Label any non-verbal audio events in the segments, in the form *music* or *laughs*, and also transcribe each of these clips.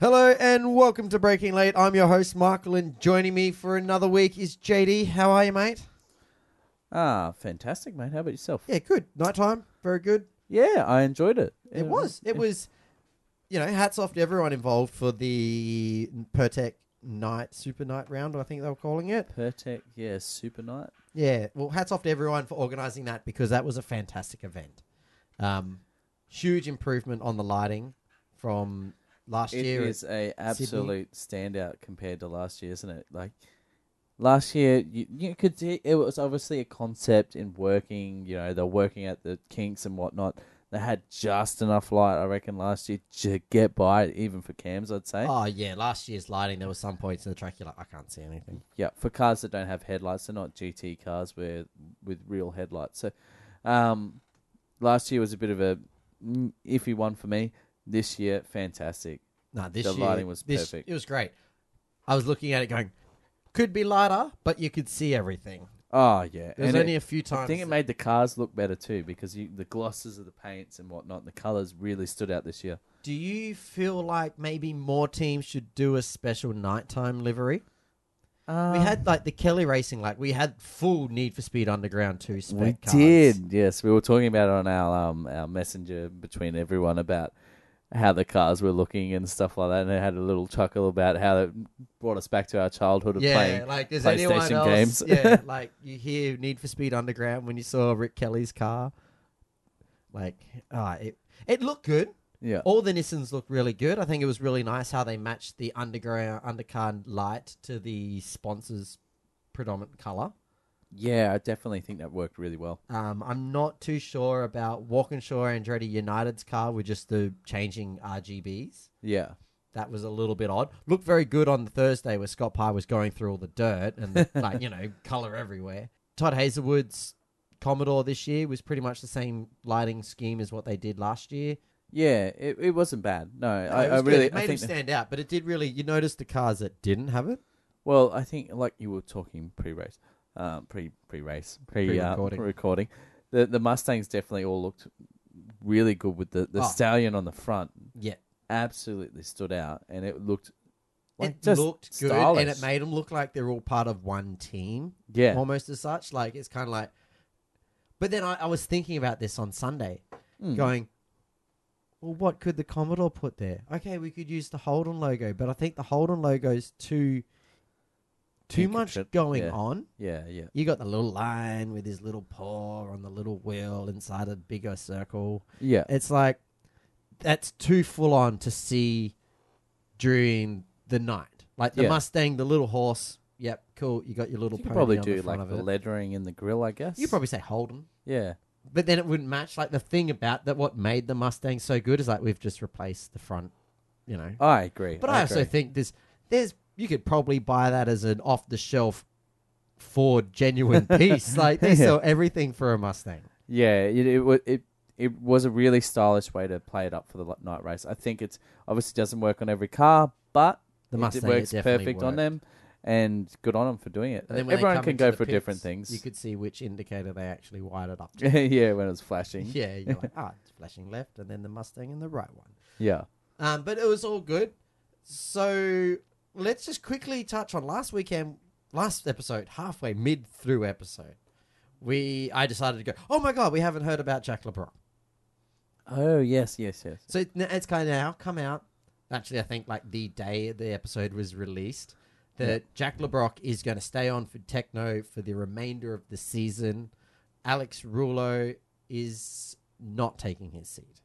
Hello and welcome to Breaking Late. I'm your host, Michael, and joining me for another week is JD. How are you, mate? Ah, fantastic, mate. How about yourself? Yeah, good. Nighttime, very good. Yeah, I enjoyed it. It was. It was, you know, hats off to everyone involved for the Pertec night, super night round, I think they were calling it. Pertec, yeah, super night. Yeah, well, hats off to everyone for organising that because that was a fantastic event. Um, huge improvement on the lighting from last It year. is a absolute standout compared to last year, isn't it? Like last year, you, you could see it was obviously a concept in working. You know, they're working out the kinks and whatnot. They had just enough light, I reckon, last year to get by, even for cams. I'd say. Oh yeah, last year's lighting. There were some points in the track you're like, I can't see anything. Yeah, for cars that don't have headlights, they're not GT cars with with real headlights. So, um, last year was a bit of a mm, iffy one for me. This year, fantastic. No, this The year, lighting was this- perfect. It was great. I was looking at it going, could be lighter, but you could see everything. Oh yeah, There's and only it- a few times. I think it made the cars look better too because you, the glosses of the paints and whatnot, and the colors really stood out this year. Do you feel like maybe more teams should do a special nighttime livery? we Um, had like the Kelly Racing, like we had full Need for Speed Underground two spec We cars. did, yes. We were talking about it on our um our messenger between everyone about how the cars were looking and stuff like that, and I had a little chuckle about how it brought us back to our childhood of Yeah, playing like there's anyone PlayStation else? games. *laughs* yeah, like you hear Need for Speed Underground when you saw Rick Kelly's car. Like, ah, it it looked good. yeah, All the Nissans looked really good. I think it was really nice how they matched the underground undercar light to the sponsor's predominant color. yeah. I definitely think that worked really well. Um, I'm not too sure about Walkinshaw Andretti United's car with just the changing RGBs. Yeah, That was a little bit odd. Looked very good on the Thursday where Scott Pye was going through all the dirt and the, like you know color everywhere. Todd Hazelwood's Commodore this year was pretty much the same lighting scheme as what they did last year. yeah. It it wasn't bad. No, I, it I was good. really it made I him think. that- stand out, but it did really. You noticed the cars that didn't have it. well, I think like you were talking pre-race, uh, pre pre-race, pre Pre-recording. recording. Uh, recording. The the Mustangs definitely all looked really good with the the Oh. stallion on the front. Yeah, absolutely stood out, and it looked like it just looked good, stylish. and it made them look like they're all part of one team, yeah, almost as such. Like it's kind of like. But then I, I was thinking about this on Sunday, going, "Well, what could the Commodore put there? Okay, we could use the Holden logo, but I think the Holden logo's too, too much Intricate, going yeah. on. yeah, yeah, You got the little lion with his little paw on the little wheel inside a bigger circle. yeah, It's like that's too full on to see during the night. Like the Yeah. Mustang, the little horse. Yep, cool. You got your little. You could pony probably on do the front like of the it. lettering in the grill, I guess. You probably say Holden, yeah, but then it wouldn't match. Like the thing about that, what made the Mustang so good is like we've just replaced the front. You know, I agree. but I, also agree. think there's there's you could probably buy that as an off the shelf Ford *laughs* genuine piece. like they Yeah. sell everything for a Mustang. yeah, it it, wa- it it was a really stylish way to play it up for the li- night race. I think it's obviously doesn't work on every car, but The it d- Mustang, it works definitely perfect worked. on them. And good on them for doing it. And then when they Everyone come can into go the for different pits, things. You could see which indicator they actually wired it up to. *laughs* yeah, when it was flashing. Yeah, you're *laughs* like, ah, it's flashing left, and then the Mustang and the right one. yeah. Um, but it was all good. So let's just quickly touch on last weekend, last episode, halfway mid through episode. We I decided to go. Oh my god, we haven't heard about Jack LeBron. Oh yes, yes, yes. So it, it's kind of now come out. Actually, I think like the day the episode was released, that Jack LeBrock is going to stay on for Techno for the remainder of the season. Alex Rulo is not taking his seat.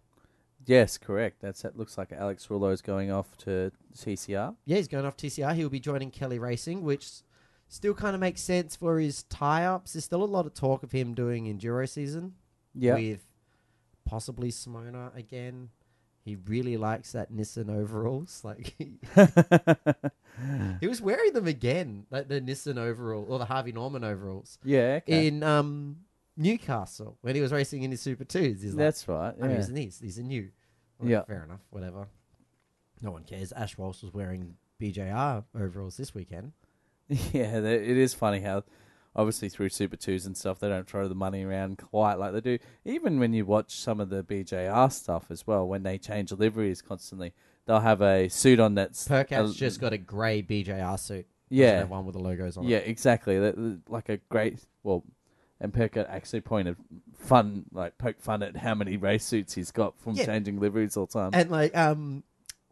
Yes, correct. That's it. Looks like Alex Rulo's going off to TCR. Yeah, he's going off TCR. He'll be joining Kelly Racing, which still kind of makes sense for his tie ups. There's still a lot of talk of him doing enduro season Yeah, with possibly Simona again. He really likes that Nissan overalls. *laughs* Like *laughs* he, he was wearing them again, like the Nissan overall or the Harvey Norman overalls yeah. Okay. in um, Newcastle when he was racing in his Super Twos. He's like, That's right. I'm yeah. using these. These are new. Like, Yeah. Fair enough. Whatever. No one cares. Ash Walsh was wearing BJR overalls this weekend. *laughs* Yeah, the- it is funny how, obviously through Super Twos and stuff, they don't throw the money around quite like they do. Even when you watch some of the BJR stuff as well, when they change liveries constantly, they'll have a suit on that's Perkat's a- just got a grey BJR suit. yeah one with the logos on yeah it. exactly That- that- like a great well and Perkat actually pointed fun like poke fun at how many race suits he's got from Yeah. changing liveries all the time And like, um,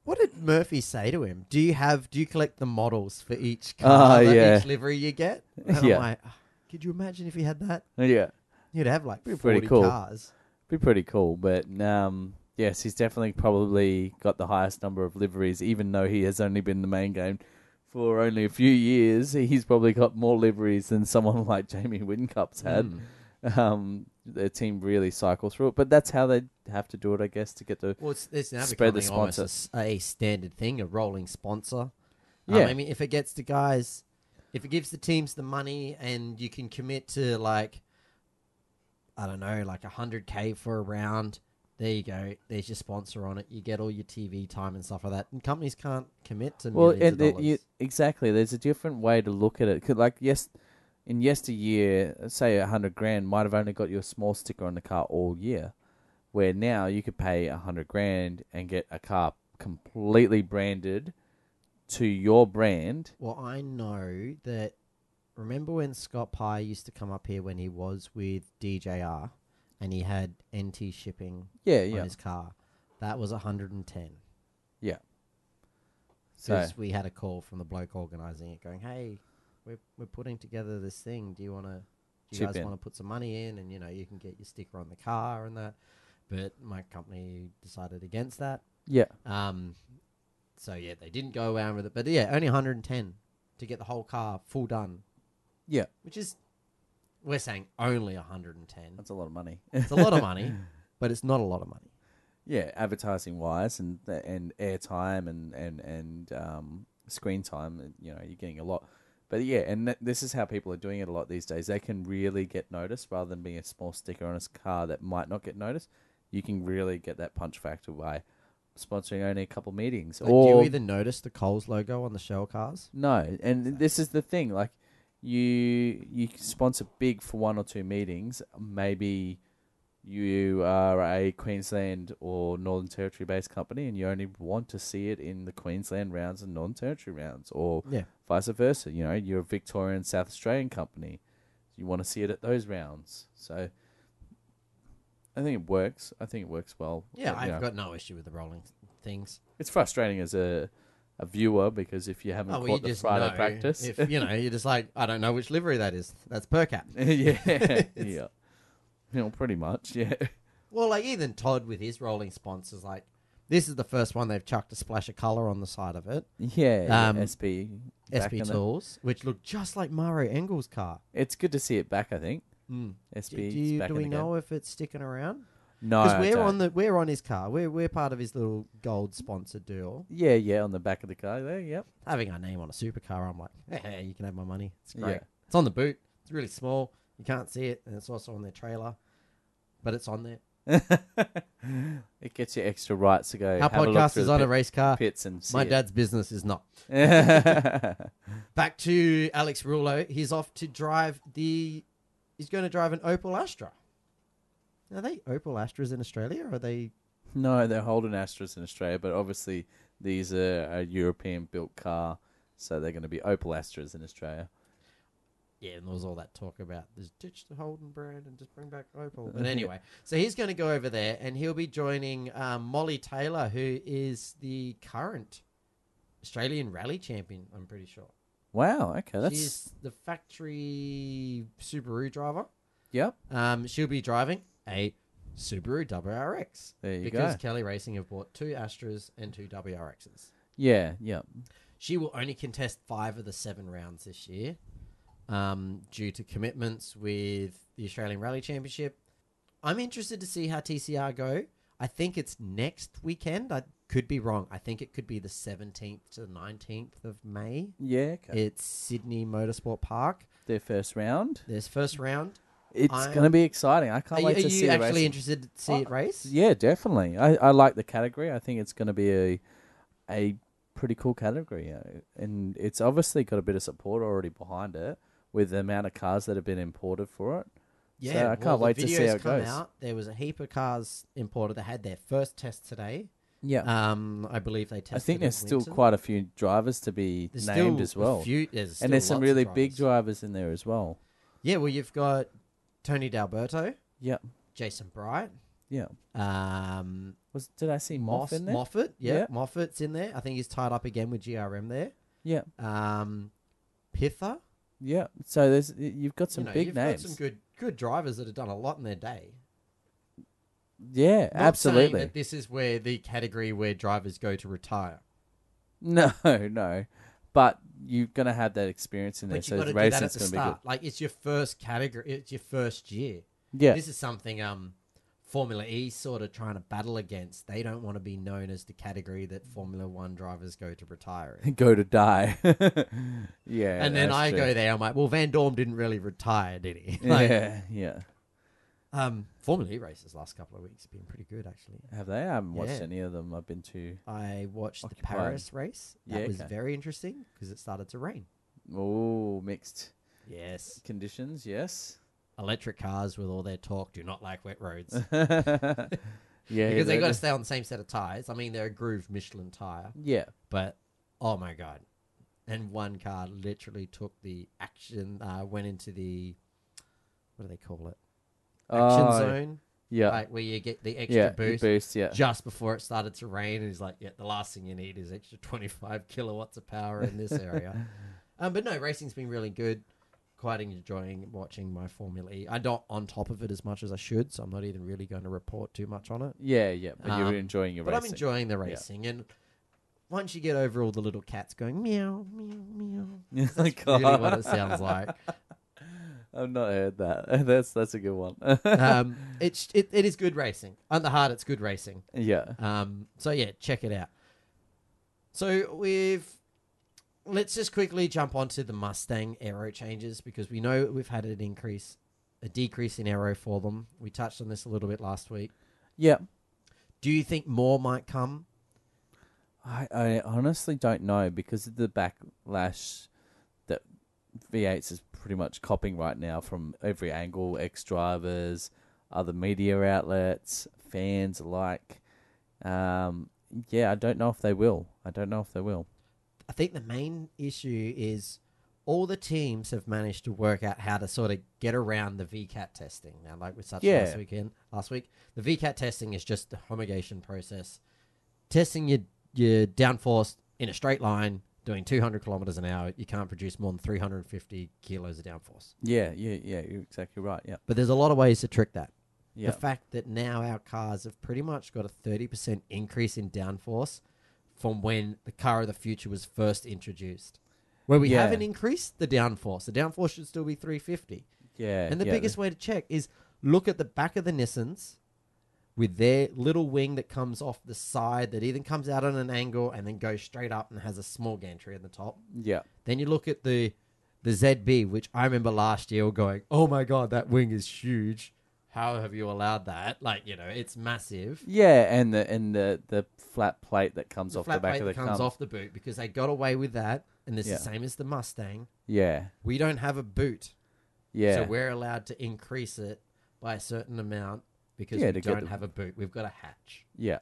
what did Murphy say to him? Do you have? Do you collect the models for each car, Oh, that yeah. each livery you get? And Yeah. I'm like, "Ah, could you imagine if you had that? yeah You'd have like Pretty forty cool. cars. be pretty cool. But um, yes, he's definitely probably got the highest number of liveries, even though he has only been the main game for only a few years. He's probably got more liveries than someone *laughs* like Jamie Wincup's had. Hmm. Um, the team really cycle through it, but that's how they have to do it, I guess, to get the Well, it's, it's now Spread the becoming almost a s- a, standard thing, a rolling sponsor. Um, Yeah. I mean, if it gets to guys, if it gives the teams the money and you can commit to like, I don't know, like 100K for a round, there you go. There's your sponsor on it. You get all your TV time and stuff like that. And companies can't commit to well, millions and of it, dollars. you, exactly. There's a different way to look at it. 'Cause, like yes, in yesteryear, say a hundred grand might have only got you a small sticker on the car all year, where now you could pay a hundred grand and get a car completely branded to your brand. Well, I know that. Remember when Scott Pye used to come up here when he was with DJR and he had NT shipping Yeah, on yeah. his car. That was 110. So Because we had a call from the bloke organising it going, hey, we're, we're putting together this thing. Do you want to, do you Chip guys in." want to put some money in? And, you know, you can get your sticker on the car and that. But my company decided against that. yeah, Um, so, yeah, they didn't go around with it. But, yeah, only 110 to get the whole car full done. Yeah. Which is, we're saying only 110. that's a lot of money. It's a lot of *laughs* money, but it's not a lot of money. yeah, advertising wise and and airtime and and and um, screen time, and, you know, you're getting a lot. But yeah, and th- this is how people are doing it a lot these days. They can really get noticed rather than being a small sticker on a s- car that might not get noticed. You can really get that punch factor by sponsoring only a couple meetings. Like, or do you even notice the Coles logo on the Shell cars? no, and this is the thing. Like you, you sponsor big for one or two meetings. Maybe you are a Queensland or Northern Territory based company, and you only want to see it in the Queensland rounds and Northern Territory rounds, or Yeah. vice versa. You know, you're a Victorian South Australian company, you want to see it at those rounds. So. I think it works. I think it works well. Yeah, But, you I've know, got no issue with the rolling things. It's frustrating as a, a viewer because if you haven't Oh, caught well, you the just Friday know practice, if you know you're just like I don't know which livery that is. That's per cap. *laughs* yeah, *laughs* yeah. You know, pretty much, yeah. Well, like even Todd with his rolling sponsors, like this is the first one they've chucked a splash of color on the side of it. Yeah, Um, SP. back in SP the- Tools, which look just like Mario Engel's car. It's good to see it back, I think. Mm. Do, SP. do is you, back do in we the game. know if it's sticking around? No. Because I we're don't. on the we're on his car. We're we're part of his little gold sponsor deal. Yeah, yeah, on the back of the car there, yep. Having our name on a supercar, I'm like, hey, you can have my money. It's great. Yeah. It's on the boot. It's really small. You can't see it, and it's also on their trailer, but it's on there. it gets you extra rights to go. Our have a look podcast through is the on a pit- race car. pits and see My it. dad's business is not. Back to Alex Rulo. He's off to drive the. He's going to drive an Opel Astra. Are they Opel Astras in Australia? Or are they? *laughs* no, they're holding Astras in Australia, but obviously these are a European built car, so they're going to be Opel Astras in Australia. Yeah, and there was all that talk about just ditch the Holden brand and just bring back Opel. *laughs* But anyway, so he's going to go over there and he'll be joining um, Molly Taylor, who is the current Australian rally champion. I'm pretty sure. Wow, okay, that's. She's the factory Subaru driver. Yep, Um, she'll be driving a Subaru WRX there you because go. Kelly Racing have bought two Astras and two WRXs. Yeah, yeah. She will only contest five of the seven rounds this year um, due to commitments with the Australian Rally Championship. I'm interested to see how TCR go. I think it's next weekend. I could be wrong. I think it could be the 17th to the 19th of May. Yeah, okay. It's Sydney Motorsport Park. their first round. There's first round. It's I'm- going to be exciting. I Are can't you, wait are to see you the actually racing. Oh, interested to see it race? Yeah, definitely. I, I like the category. I think it's going to be a a pretty cool category, uh, and it's obviously got a bit of support already behind it with the amount of cars that have been imported for it. Yeah, So I well, can't wait the to see videos how it come goes. Out. There was a heap of cars imported that had their first test today, Yeah. Um, I believe they tested. Uh, I think at there's still Winton. quite a few drivers to be There's named still as a well. few- there's and there's still some lots of really big drivers. drivers in there as well. Yeah, well, you've got Tony D'Alberto. Yep. Jason Bright. Yeah. Um, Was did I see Moff Moss, in there? Moffat. Yeah, Yeah. Moffat's in there. I think he's tied up again with GRM there. Yeah. Um, Pitha. Yeah. So there's you've got some you know, big you've names. Got some good, good drivers that have done a lot in their day. yeah, Not absolutely. Saying that this is where the category where drivers go to retire. No, *laughs* no. But you're gonna have that experience in there, But so you've got to the do that at racing's the gonna be start. Like it's your first category. It's your first year. good. Yeah. This is something um, Formula E sort of trying to battle against. They don't want to be known as the category that Formula One drivers go to retire in. *laughs* Go to die. *laughs* yeah. and then that's I true. *laughs* go there. I'm like, well, Van Dorm didn't really retire, did he? *laughs* like, Yeah, yeah. um, Formula E races last couple of weeks have been pretty good actually. Have they? I haven't watched Yeah. any of them. I've been to. I watched the Occupied. Paris race. That Yeah, was okay. very interesting because it started to rain. Oh, mixed Yes, conditions. Yes. *laughs* electric cars with all their talk do not like wet roads yeah. because they that- got to stay on the same set of tires. I mean, they're a grooved Michelin tire, Yeah. but oh my god! And one car literally took the action, uh, went into the what do they call it? Action Oh, zone, Yeah. like where you get the extra yeah. the boost. boost. Yeah. just before it started to rain, and he's like, "Yeah, the last thing you need is extra 25 kilowatts of power in this *laughs* area." um, but no, racing's been really good. Quite enjoying watching my Formula E. I'm not on top of it as much as I should, so I'm not even really going to report too much on it. Yeah. Yeah. But Um, you're enjoying your But racing. I'm *laughs* enjoying the Yeah. racing, and once you get over all the little cats going meow meow meow, *laughs* That's really what it sounds like. *laughs* I've not heard that. *laughs* That's that's a good one. Um, it's it, it is good racing. On the heart, it's good racing. yeah. Um, so yeah, check it out. So we've let's just quickly jump onto the Mustang aero changes because we know we've had an increase, a decrease in aero for them. We touched on this a little bit last week. Yeah. Do you think more might come? I, I honestly don't know because of the backlash that V8s is pretty much copying right now from every angle, ex drivers, other media outlets, fans alike. Um, yeah, I don't know if they will. I don't know if they will. I think the main issue is all the teams have managed to work out how to sort of get around the VCAT testing. Now, like we touched Yeah. last weekend, last week, the VCAT testing is just the homologation process, testing your your downforce in a straight line, doing 200 kilometers an hour. You can't produce more than 350 kilos of downforce. Yeah, yeah, yeah. You're exactly right. Yeah, But there's a lot of ways to trick that. yeah, The fact that now our cars have pretty much got a 30% increase in downforce from when the car of the future was first introduced. Where we Yeah. haven't increased the downforce. The downforce should still be 350. yeah. And the yeah, biggest way to check is look at the back of the Nissans with their little wing that comes off the side that even comes out on an angle and then goes straight up and has a small gantry at the top. Yeah, Then you look at the the ZB, which I remember last year going, "Oh my god, that wing is huge! How have you allowed that? Like, you know, it's massive." yeah. And the and the the flat plate that comes The off the flat back plate of the that comes comes off the boot because they got away with that, and it's Yeah. the same as the Mustang. Yeah, We don't have a boot, yeah. so we're allowed to increase it by a certain amount because Yeah, we to get don't the- have a boot. We've got a hatch. yeah,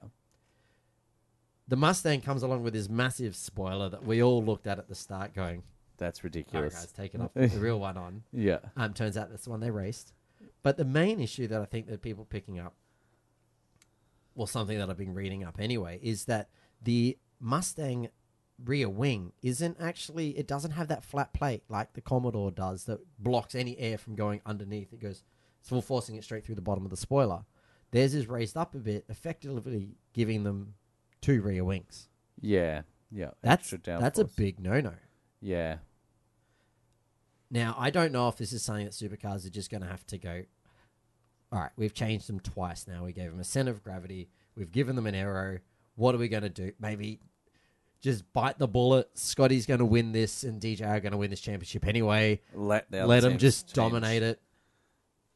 The Mustang comes along with this massive spoiler that we all looked at at the start, going, that's "All right, ridiculous. guys, take it off, put the real one on." yeah, Um, turns out that's the one they raced. But the main issue that I think that people are picking up, well, something that I've been reading up anyway, is that the Mustang rear wing isn't actually, it doesn't have that flat plate like the Commodore does that blocks any air from going underneath. It goes, it's all forcing it straight through the bottom of the spoiler. Theirs is raised up a bit, effectively giving them two rear wings. yeah, yeah. That's, Extra that's a downforce. big no no. Yeah, Now, I don't know if this is something that supercars are just going to have to go. All right, we've changed them twice now. We gave them a center of gravity. We've given them an arrow. What are we going to do? Maybe just bite the bullet. Scotty's going to win this, and DJ are going to win this championship anyway. let the other Let them teams just change. dominate it.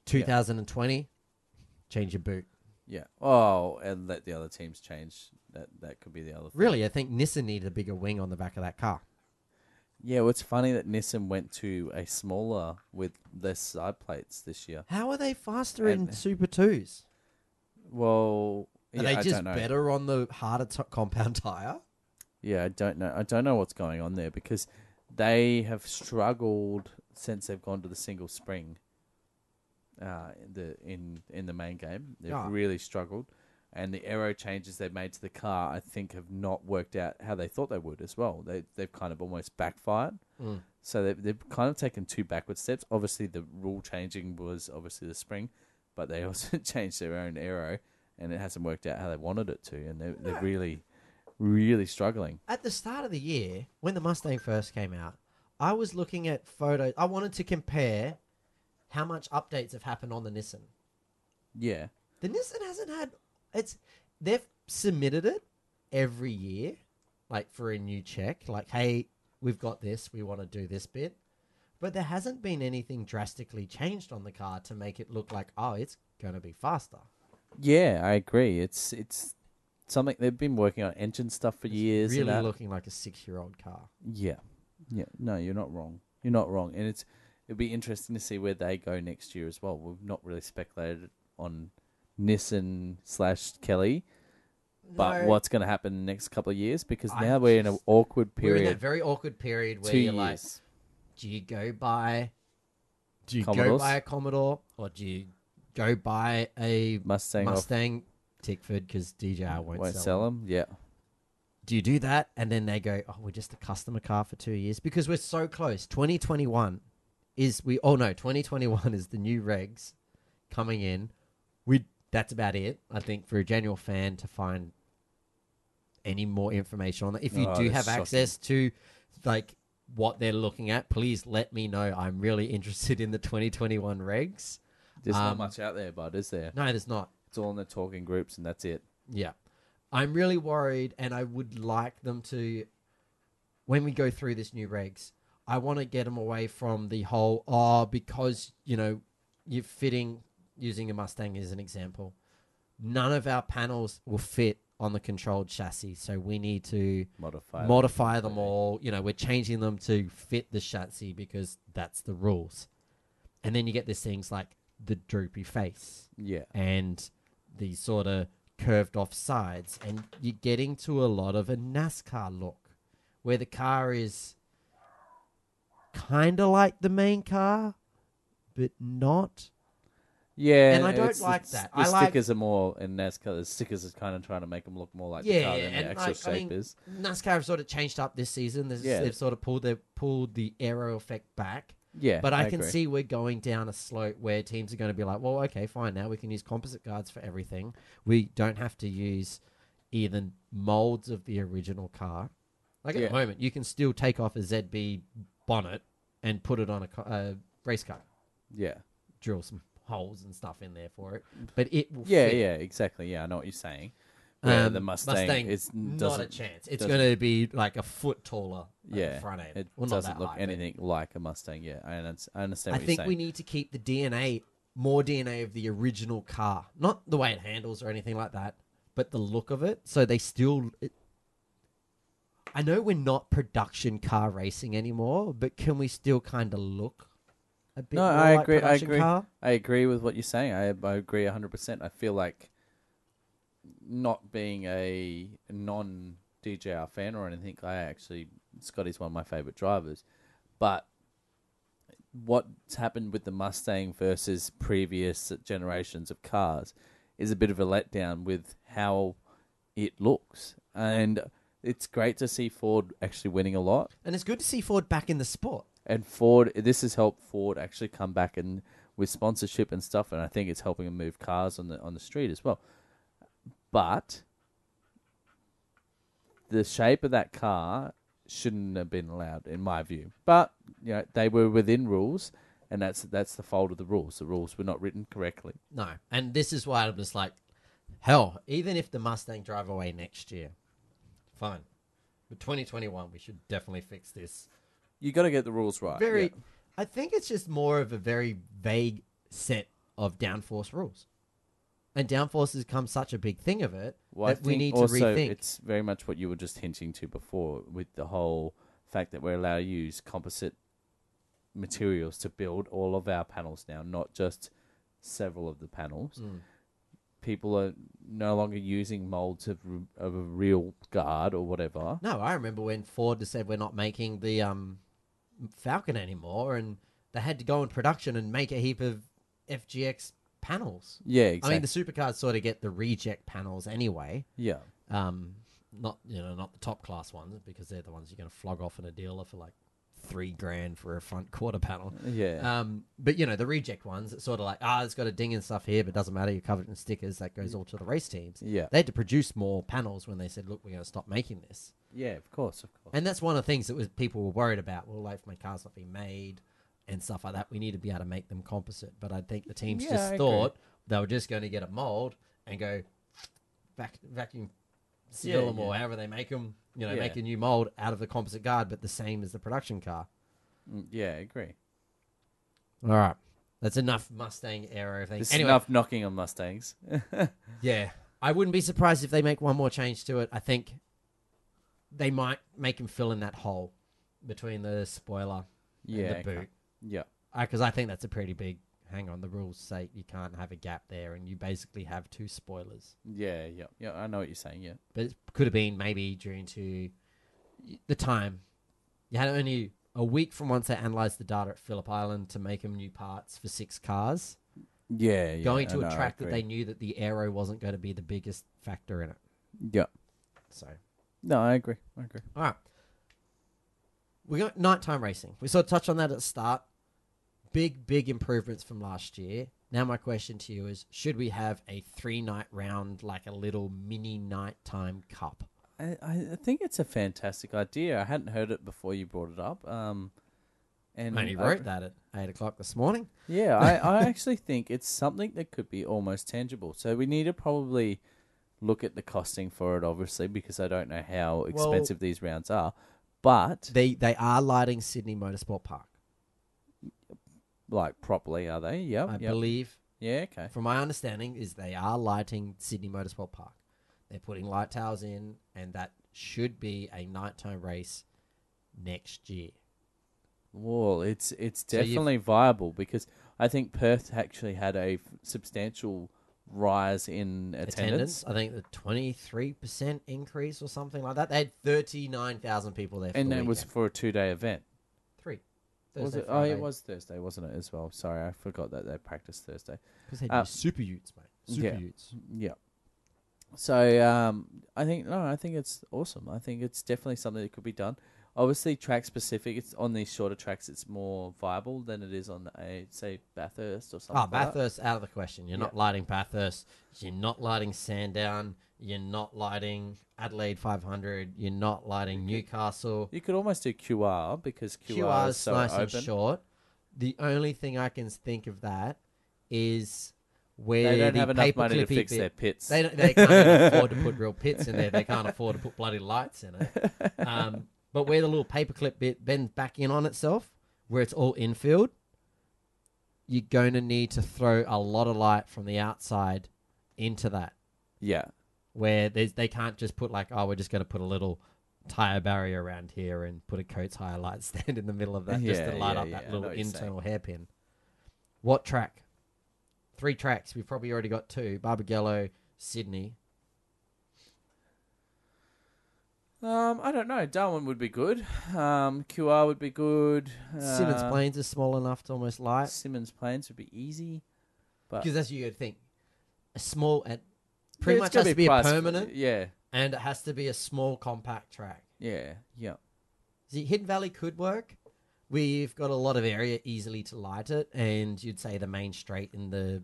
2020, change your boot. Yeah. Oh, and let the other teams change. That that could be the other. Thing. Really, I think Nissan needed a bigger wing on the back of that car. Yeah. Well, it's funny that Nissan went to a smaller with less side plates this year. How are they faster in And- Super 2s? Well, Are yeah, they I just don't know. better on the harder t- compound *laughs* tire? Yeah, I don't know. I don't know what's going on there because they have struggled since they've gone to the single spring. Uh, in the in in the main game, they've Ah. really struggled, and the aero changes they've made to the car, I think, have not worked out how they thought they would as well. They they've kind of almost backfired. Mm. So they've, they've kind of taken two backward steps. Obviously, the rule changing was obviously the spring, but they *laughs* also changed their own aero, and it hasn't worked out how they wanted it to, and they're, they're really, really struggling. At the start of the year, when the Mustang first came out, I was looking at photos. I wanted to compare how much updates have happened on the Nissan. Yeah, The Nissan hasn't had it's they've submitted it every year, like for a new check, like, hey, we've got this, we want to do this bit. But there hasn't been anything drastically changed on the car to make it look like, oh, it's gonna be faster. yeah, I agree. It's it's something they've been working on engine stuff for years. and really that. looking like a six year old car. Yeah, yeah. No, you're not wrong. You're not wrong, and it's it'd be interesting to see where they go next year as well. We've not really speculated on Nissan slash Kelly, but No. what's going to happen in the next couple of years because I now we're in an just- awkward We're in that period. very awkward period where Two you're years. like, do you go by do you go Commodores? by a Commodore or do you go by a Mustang, Mustang Mustang Tickford because DJI won't, won't sell, sell them. them. Yeah, Do you do that and then they go, oh, we're just a customer car for two years because we're so close. 2021 is we oh no, 2021 is the new regs coming in. We that's about it. I think for a general fan to find any more information on that. If you Oh, do have that's shocking. access to like what they're looking at, please let me know. I'm really interested in the 2021 regs. there's Um, not much out there, bud. Is there? No, there's not. It's all in the talking groups, and that's it. Yeah. I'm really worried and I would like them to when we go through this new regs, I want to get them away from the whole oh because, you know, you're fitting using a Mustang as an example. None of our panels will fit on the controlled chassis, so we need to Modify. them. modify them completely. all. You know, we're changing them to fit the chassis because that's the rules. And then you get these things like the droopy face Yeah, and the sort of curved off sides and you're getting to a lot of a NASCAR look where the car is kind of like the main car but not yeah. And I don't it's- like it's- that. The I like- stickers are more in NASCAR. The stickers are kind of trying to make them look more like the yeah car than and the actual like, I shape mean is. NASCAR have sort of changed up this season There's- Yeah. they've sort of pulled their pulled the aero effect back Yeah, but I, can agree. see we're going down a slope where teams are going to be like, well, okay, fine. Now we can use composite guards for everything. We don't have to use either molds of the original car. Like at Yeah. the moment, you can still take off a ZB bonnet and put it on a, ca- a race car, Yeah, drill some holes and stuff in there for it. But it will yeah, fit. yeah. Exactly. Yeah, I know what you're saying. Where the Um, Mustang, is not doesn't a chance. It's doesn't- going to be like a foot taller. at the yeah, front end. it Well, not doesn't that look high, but- anything like a Mustang. Yeah, I understand. I understand I what think you're we saying. need to keep the DNA, more DNA of the original car, not the way it handles or anything like that, but the look of it. So they still. It, I know we're not production car racing anymore, but can we still kind of look a bit No, more I like agree. I production agree. car? I agree with what you're saying. I I agree 100. percent I feel like not being a non DJR fan or anything. I actually Scotty's one of my favorite drivers, but what's happened with the Mustang versus previous generations of cars is a bit of a letdown with how it looks, and it's great to see Ford actually winning a lot. And it's good to see Ford back in the sport. And Ford, this has helped Ford actually come back and with sponsorship and stuff, and I think it's helping them move cars on the on the street as well. But the shape of that car shouldn't have been allowed, in my view. But you know they were within rules, and that's that's the fault of the rules. The rules were not written correctly. No, and this is why I'm just like, hell, even if the Mustang drive away next year, fine. But 2021, we should definitely fix this. You got to get the rules right. very Uh, yeah. i think it's just more of a very vague set of downforce rules and downforce has come such a big thing of it Well, I that we think need to also rethink It's very much what you were just hinting to before with the whole fact that we're allowed to use composite Mm. materials to build all of our panels now, not just several of the panels. people are no longer using molds of r- of a real guard or whatever. No, I remember when Ford said we're not making the um, Falcon anymore, and they had to go in production and make a heap of FGX panels. Yeah, exactly. I mean, the supercars sort of get the reject panels anyway. yeah, Um, not you know not the top class ones because they're the ones you're going to flog off in a dealer for like three grand for a front quarter panel. yeah, Um, but you know the reject ones, it's sort of like ah, it's got a ding and stuff here, but doesn't matter. You're covered in stickers. That goes all to the race teams. Mm. yeah, They had to produce more panels when they said, look, we're going to stop making this. yeah. Of course, of course. And that's one of the things that was people were worried about. Well, like if my car's not being made and stuff like that, we need to be able to make them composite. But I think the teams Yeah, I just agree. thought they were just going to get a mold and go vac- vacuum seal Yeah, them or yeah. however they make them. You know, Yeah. make a new mold out of the composite guard, but the same as the production car. Mm, yeah, I agree. All right, that's enough Mustang Aero thing. There's anyway, enough knocking on Mustangs. Yeah. I wouldn't be surprised if they make one more change to it. I think they might make him fill in that hole between the spoiler yeah, and the boot. okay. yeah, Because I think that's a pretty big hang on. The rules say you can't have a gap there, and you basically have two spoilers. yeah, yeah, yeah. I know what you're saying. Yeah, But it could have been maybe due to the time. You had only a week from once they analysed the data at Phillip Island to make them new parts for six cars, yeah, yeah. going I to know, a I track that agree. they knew that the aero wasn't going to be the biggest factor in it. Yeah. So. No, I agree. I agree. All right. We got nighttime racing. We sort of touched on that at the start. Big, big improvements from last year. Now, my question to you is should we have a three night round, like a little mini nighttime cup? I, I I think it's a fantastic idea. I hadn't heard it before you brought it up. Um, and I only I- wrote that at eight o'clock this morning. *laughs* Yeah, I, I actually think it's something that could be almost tangible. So we need to probably look at the costing for it, obviously, because I don't know how expensive these rounds are. But They, they are lighting Sydney Motorsport Park, like properly, are they? Yep. I yep. believe. Yeah. Okay. From my understanding, is they are lighting Sydney Motorsport Park. They're putting light towers in, and that should be a nighttime race next year. Well, it's it's So you've- definitely viable because I think Perth actually had a f- substantial rise in attendance. attendance. I think the twenty three percent increase or something like that. They had thirty nine thousand people there. For and the it was weekend. for a two day event. three. Was Thursday, it? Oh, it Friday. was Thursday, wasn't it? As well. Sorry, I forgot that they practiced Thursday. 'Cause they uh, do super utes, mate. Super yeah. utes. Yeah. So um, I think no, I think it's awesome. I think it's definitely something that could be done. Obviously, track specific. It's on these shorter tracks. It's more viable than it is on a say Bathurst or something. Oh, like that. Bathurst out of the question. You're not lighting Bathurst. You're not lighting Sandown. You're not lighting Adelaide 500. You're not lighting Newcastle. You could almost do QR because QR, QR's is so nice open. and short. The only thing I can think of that is where They don't the have enough paper money to clippy fix bit- their pits. They, don't- they can't *laughs* even afford to put real pits in there. They can't afford to put bloody lights in it. Um, but where the little paperclip bit bends back in on itself, where it's all infield, you're going to need to throw a lot of light from the outside into that. yeah, Where there's, they can't just put like, oh, we're just going to put a little tire barrier around here and put a Coates highlight *laughs* stand in the middle of that just Yeah, to light yeah, up yeah, I that know little what you're saying. internal hairpin. What track? Three tracks. We've probably already got two: Barbagello, Sydney. um, I don't know. Darwin would be good. Um, QR would be good. Simmons uh, planes are small enough to almost light Simmons planes would be easy. But because that's you'd think. A small and Yeah, pretty it's much gotta has to be a price- permanent, Yeah, and it has to be a small compact track. yeah, yeah. See, Hidden Valley could work. We've got a lot of area easily to light it, and you'd say the main straight in the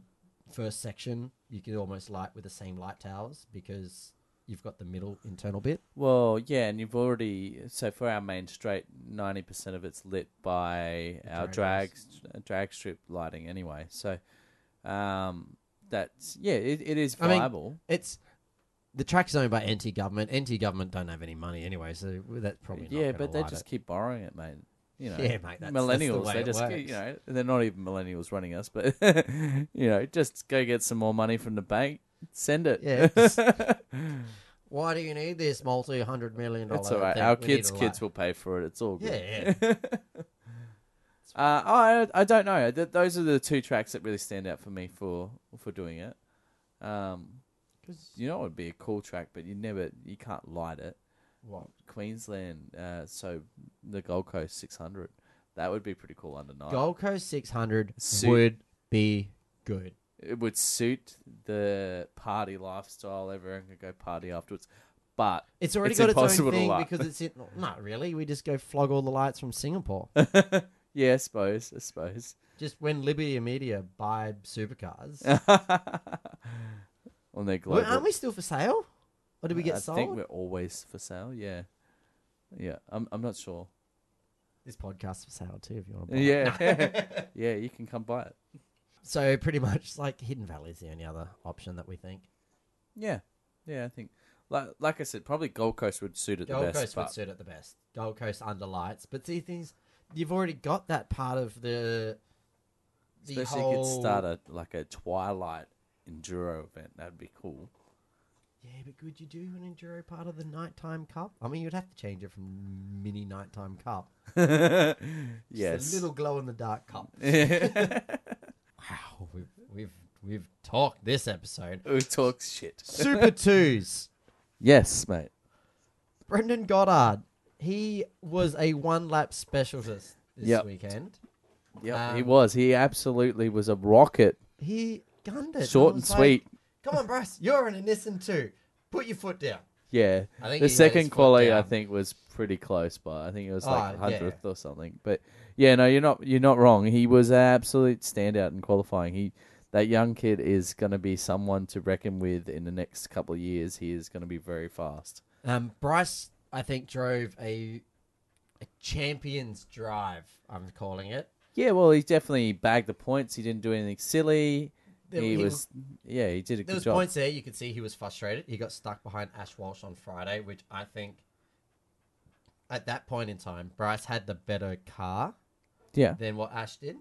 first section you could almost light with the same light towers because you've got the middle internal bit. Well, yeah, and you've already so for our main straight, ninety percent of it's lit by The our drag dragons. drag strip lighting anyway. So, um, that's yeah, it, it is I mean, viable. It's the track's owned by NT government. NT government don't have any money anyway, so that's probably not yeah, gonna but they light just it. keep borrowing it, mate. You know, Yeah, mate, that's- that's the millennials. way they it just works. you know they're not even millennials running us, but *laughs* you know, just go get some more money from the bank. Send it. Yeah, just- Why do you need this multi hundred million dollar? It's all right. thing? Our We need kids' a kids lot. will pay for it. It's all good. oh, Yeah, *laughs* uh, I I don't know. Th- those are the two tracks that really stand out for me for for doing it. Um, you know it would be a cool track, but you never you can't light it. What? Queensland, uh, so the Gold Coast 600. That would be pretty cool under night. Gold Coast 600 Suit. would be good. It would suit the party lifestyle. Everyone could go party afterwards, but It's already It's got its impossible own to thing light. because it's *laughs* in. Not really. We just go flog all the lights from Singapore. yeah, I suppose. *laughs* I suppose. *laughs* just when Liberty Media buy supercars. On their global. Uh, Well, aren't we still for sale? Or did we get I sold? think we're always for sale. Yeah, yeah. I'm. I'm *laughs* not sure. This podcast's for sale too, if you want to buy it. *laughs* Yeah, *laughs* yeah. You can come buy it. So pretty much, like Hidden Valley is the only other option that we think. Yeah, yeah. I think. Like, like I said, probably Gold Coast would suit it Gold the best. Coast but would suit it the best. Gold Coast under lights, but see things you've already got that part of the the especially whole. if you could start a like a Twilight enduro event. That'd be cool. Yeah, but could you do an enduro part of the nighttime cup? I mean, you'd have to change it from mini nighttime cup. Just yes. a little glow in the dark cup. *laughs* Wow, we've we've we've talked this episode. Who talks shit? Super *laughs* twos. Yes, mate. Brendan Goddard. He was a one lap specialist this Yep. weekend. Yeah, he Um, was. He absolutely was a rocket. He gunned it. Short I and was like, sweet. Come on, Bryce. You're in a Nissan too. Put your foot down. Yeah. I think he the had his second foot quality I down. think was pretty close by. I think it was like Oh, hundredth or something. But yeah, no, you're not you're not wrong. He was an absolute standout in qualifying. He that young kid is gonna be someone to reckon with in the next couple of years. He is gonna be very fast. Um, Bryce, I think, drove a a champion's drive. I'm calling it. Yeah, well he definitely bagged the points. He didn't do anything silly. There- he, he was, was- yeah, he did There a good was job. points there. You could see he was frustrated. He got stuck behind Ash Walsh on Friday, which I think at that point in time, Bryce had the better car Yeah. than what Ash did.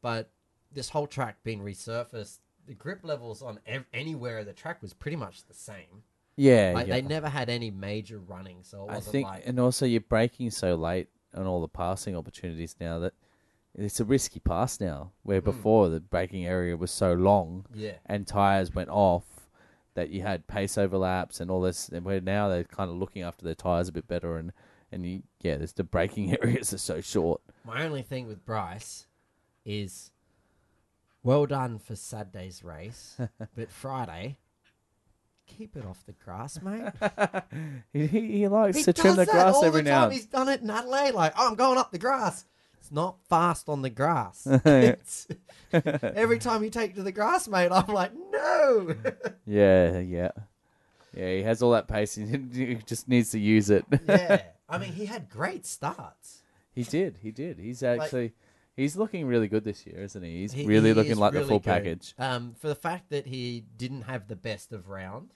But this whole track being resurfaced, the grip levels on ev- anywhere of the track was pretty much the same. Yeah. Like yeah. they never had any major running, so it I wasn't think, like and also you're breaking so late on all the passing opportunities now that it's a risky pass now. Where before the braking area was so long Hmm. yeah, and tires went off that you had pace overlaps and all this, and where now they're kind of looking after their tires a bit better and and you, yeah, there's the braking *laughs* areas are so short. My only thing with Bryce is well done for Saturday's *laughs* race, but Friday, keep it off the grass, mate. *laughs* He he, he likes he to does trim the that grass all every the now. time. He's done it in Adelaide, like oh, I'm going up the grass. It's not fast on the *laughs* grass. It's- *laughs* every time you take to the grass, mate, I'm like no. *laughs* Yeah, yeah, yeah. He has all that pace. and *laughs* He just needs to use it. *laughs* yeah, I mean he had great starts. He did. He did. He's actually he's looking really good this year, isn't he? He's He- really he looking is like the really full good. package. Um, for the fact that he didn't have the best of round,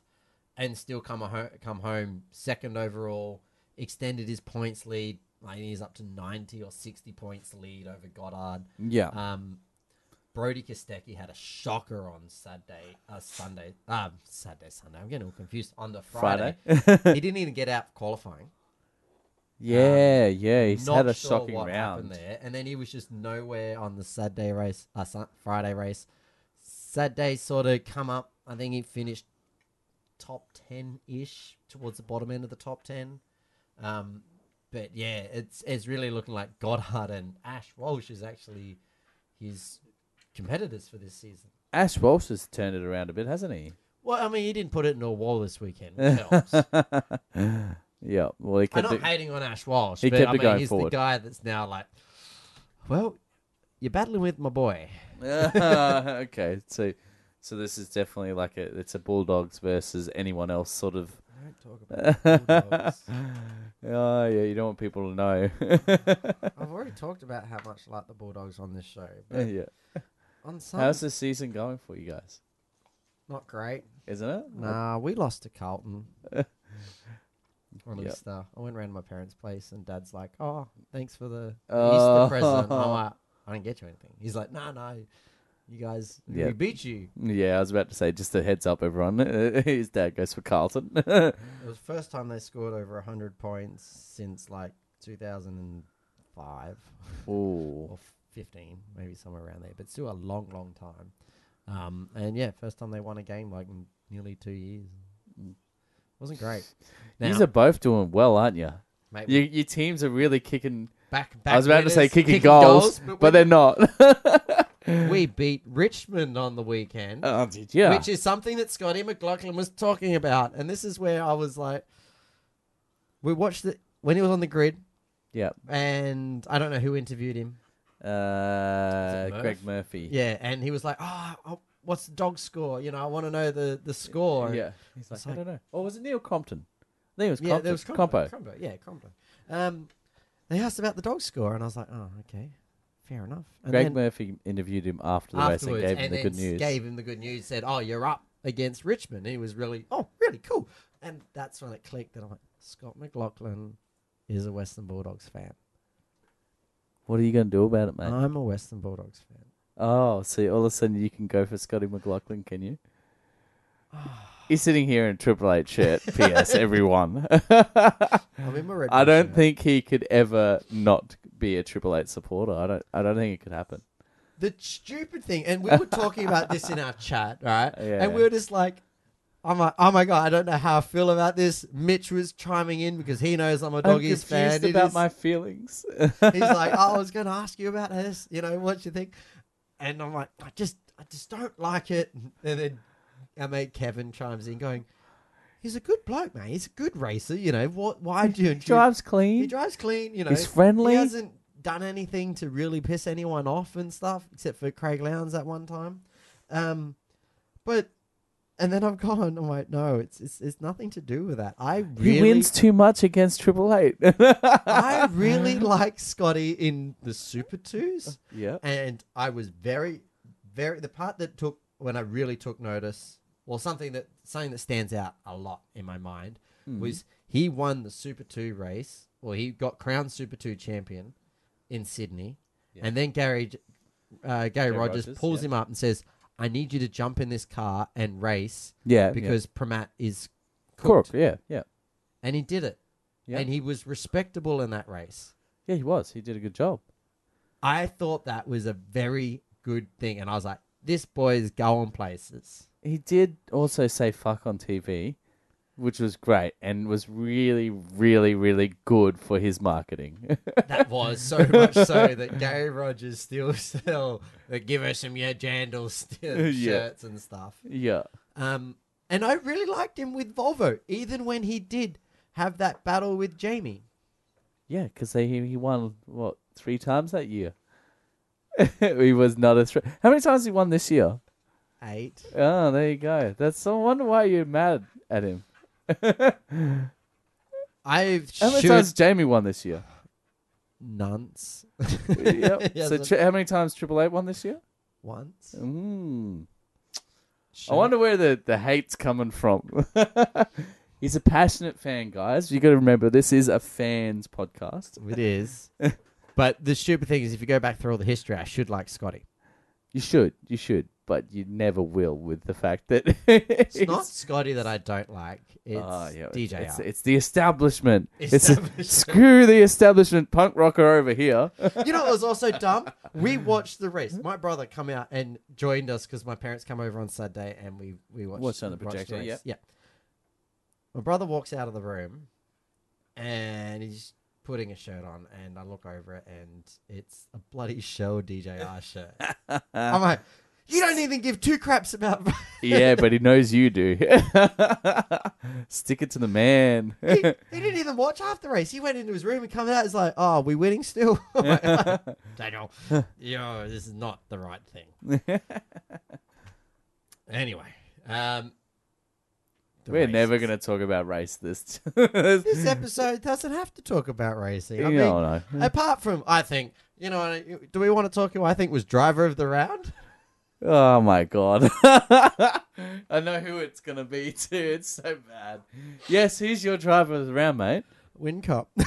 and still come a ho- come home second overall, extended his points lead. Like he's up to ninety or sixty points lead over Goddard. Yeah. Um, Brody Kostecki had a shocker on Saturday, uh, Sunday, um, Saturday, Sunday. I'm getting all confused. On the Friday, Um, Friday. *laughs* he didn't even get out qualifying. yeah, yeah. He's Not had a sure shocking what round. happened there, and then he was just nowhere on the Saturday race, uh, Sun- Friday race. Saturday sort of come up. I think he finished top ten ish towards the bottom end of the top ten. Um, but yeah, it's it's really looking like Goddard and Ash Walsh is actually his competitors for this season. Ash Walsh has turned it around a bit, hasn't he? Well, I mean, he didn't put it in a wall this *laughs* weekend, which helps. Yeah. Well, he I'm kept not it. hating on Ash Walsh, He but kept I it mean, going he's forward. the guy that's now like, well, you're battling with my boy. *laughs* okay. So, so this is definitely like a it's a Bulldogs versus anyone else sort of. Don't talk about Bulldogs. *laughs* Oh yeah, you don't want people to know. *laughs* I've already talked about how much I like the Bulldogs on this show, but yeah. on some, How's the season going for you guys? not great. Isn't it? Nah, we lost to *laughs* Carlton. On Yep. Easter, I went round to my parents' place, and Dad's like, "Oh, thanks for the Oh. Easter present." *laughs* I'm like, "I didn't get you anything." He's like, "No, no, you guys, Yeah. we beat you." Yeah, I was about to say, just a heads up, everyone. *laughs* His dad goes for Carlton. It was the first time they scored over 100 points since like 2005 Ooh. or 15, maybe somewhere around there, but still a long, long time. Um, and yeah, first time they won a game like in nearly two years. Wasn't *laughs* great. Now, These are both doing well, aren't you? mate, Your, your teams are really kicking. back, back I was about to winners, say kicking, goals, but, we- *laughs* they're not. *laughs* we beat Richmond on the weekend. oh, did you? which is something that Scotty McLaughlin was talking about. And this is where I was like, we watched it when he was on the grid, yeah. and I don't know who interviewed him. Uh, Is it Murph? Greg Murphy. Yeah, and he was like, oh, oh, what's the dog score? You know, I want to know the, the score. Yeah. He's like, It's I like- don't know. Or was it Neil Compton? I think it was yeah, Compton. there was Compo. Compo. Compo, Yeah, Compo. Um, they asked about the dog score, and I was like, oh, okay, fair enough. And Greg then Murphy interviewed him after the afterwards, and, race and gave him the then good news. gave him the good news, said, oh, you're up against Richmond. And he was really, oh, really cool. And that's when it clicked, and I'm like, Scott McLaughlin is a Western Bulldogs fan. What are you going to do about it, mate? I'm a Western Bulldogs fan. oh, see, all of a sudden you can go for Scotty McLaughlin, *sighs* can you? He's sitting here in Triple H shirt. P.S. Everyone. *laughs* I'm in my red. I Bull don't shirt. think he could ever not be a Triple H supporter. I don't. I don't think it could happen. the stupid thing, and we were talking about this *laughs* in our chat, right? Yeah. And we were just like, I'm like, oh my god, I don't know how I feel about this. Mitch was chiming in because he knows I'm a I'm doggies confused fan. It about is- my feelings. *laughs* he's *laughs* like, oh, I was going to ask you about this. You know, what you think? And I'm like, I just, I just don't like it. And then our mate Kevin chimes in, going, he's a good bloke, man. He's a good racer. You know, what? Why *laughs* do you? He drives clean. He drives clean, you know. He's friendly. He hasn't done anything to really piss anyone off and stuff, except for Craig Lowndes at one time. Um, but and then I've gone. I'm like, no, it's it's, it's nothing to do with that. I really, He wins too much against Triple *laughs* H. I *laughs* really like Scotty in the Super Twos, yeah. and I was very, very the part that took when I really took notice, or something that something that stands out a lot in my mind Mm-hmm. was he won the Super 2 race, or he got crowned Super 2 champion in Sydney. And then Gary, J- uh, Gary, Rogers, Rogers, pulls yeah. him up and says, I need you to jump in this car and race Yeah. because Pramat is yeah. cooked. Cork. Yeah. Yeah. And he did it. Yeah. And he was respectable in that race. Yeah. He was. He did a good job. I thought that was a very good thing. And I was like, this boy is going places. He did also say fuck on TV, which was great and was really, really, really good for his marketing. *laughs* That was so much so that Gary Rogers still sell the give her some your jandals still *laughs* Yeah. shirts and stuff. yeah. Um, and I really liked him with Volvo, even when he did have that battle with Jamie. Yeah, because he he won what three times that year. *laughs* he was not a threat. How many times he won this year? Eight. Oh, there you go. That's I wonder why you're mad at him. I How many should times Jamie won this year? nunts *laughs* yep. Yes, so that's- tri- how many times Triple Eight won this year? once. Hmm. Mm. I Should- wonder where the, the hate's coming from. *laughs* He's a passionate fan, guys. You got to remember this is a fans podcast. it *laughs* is. but the stupid thing is, if you go back through all the history, I should like Scotty. You should, you should, but you never will with the fact that *laughs* It's not Scotty that I don't like. It's Ah, yeah, DJ. It's, it's the establishment. It's a, Establishment. *laughs* screw the establishment, punk rocker over *laughs* here. you know what was also dumb? We watched the race. My brother come out and joined us because my parents come over on Saturday and we we watched, Watched on the watched projector, race. yep. Yeah. My brother walks out of the room, and he's putting a shirt on, and I look over it, and it's a bloody Shell DJR *laughs* shirt. I'm like, you don't even give two craps about. yeah, but he knows you do. *laughs* Stick it to the man. *laughs* he, he *laughs* didn't even watch half the race. He went into his room and come out. He's like, "Oh, we winning still?" *laughs* I'm *laughs* like, Daniel, yo, this is not the right *laughs* thing. anyway, um, the We're never races. going to talk about race *laughs* this. This episode doesn't have to talk about racing. I You mean, don't know. apart from, I think you know. Do we want to talk? Who I think was driver of the round. Oh my god. *laughs* I know who it's going to be *laughs* too. It's so bad. Yes, who's your driver of the round, mate? Win Cup. *laughs*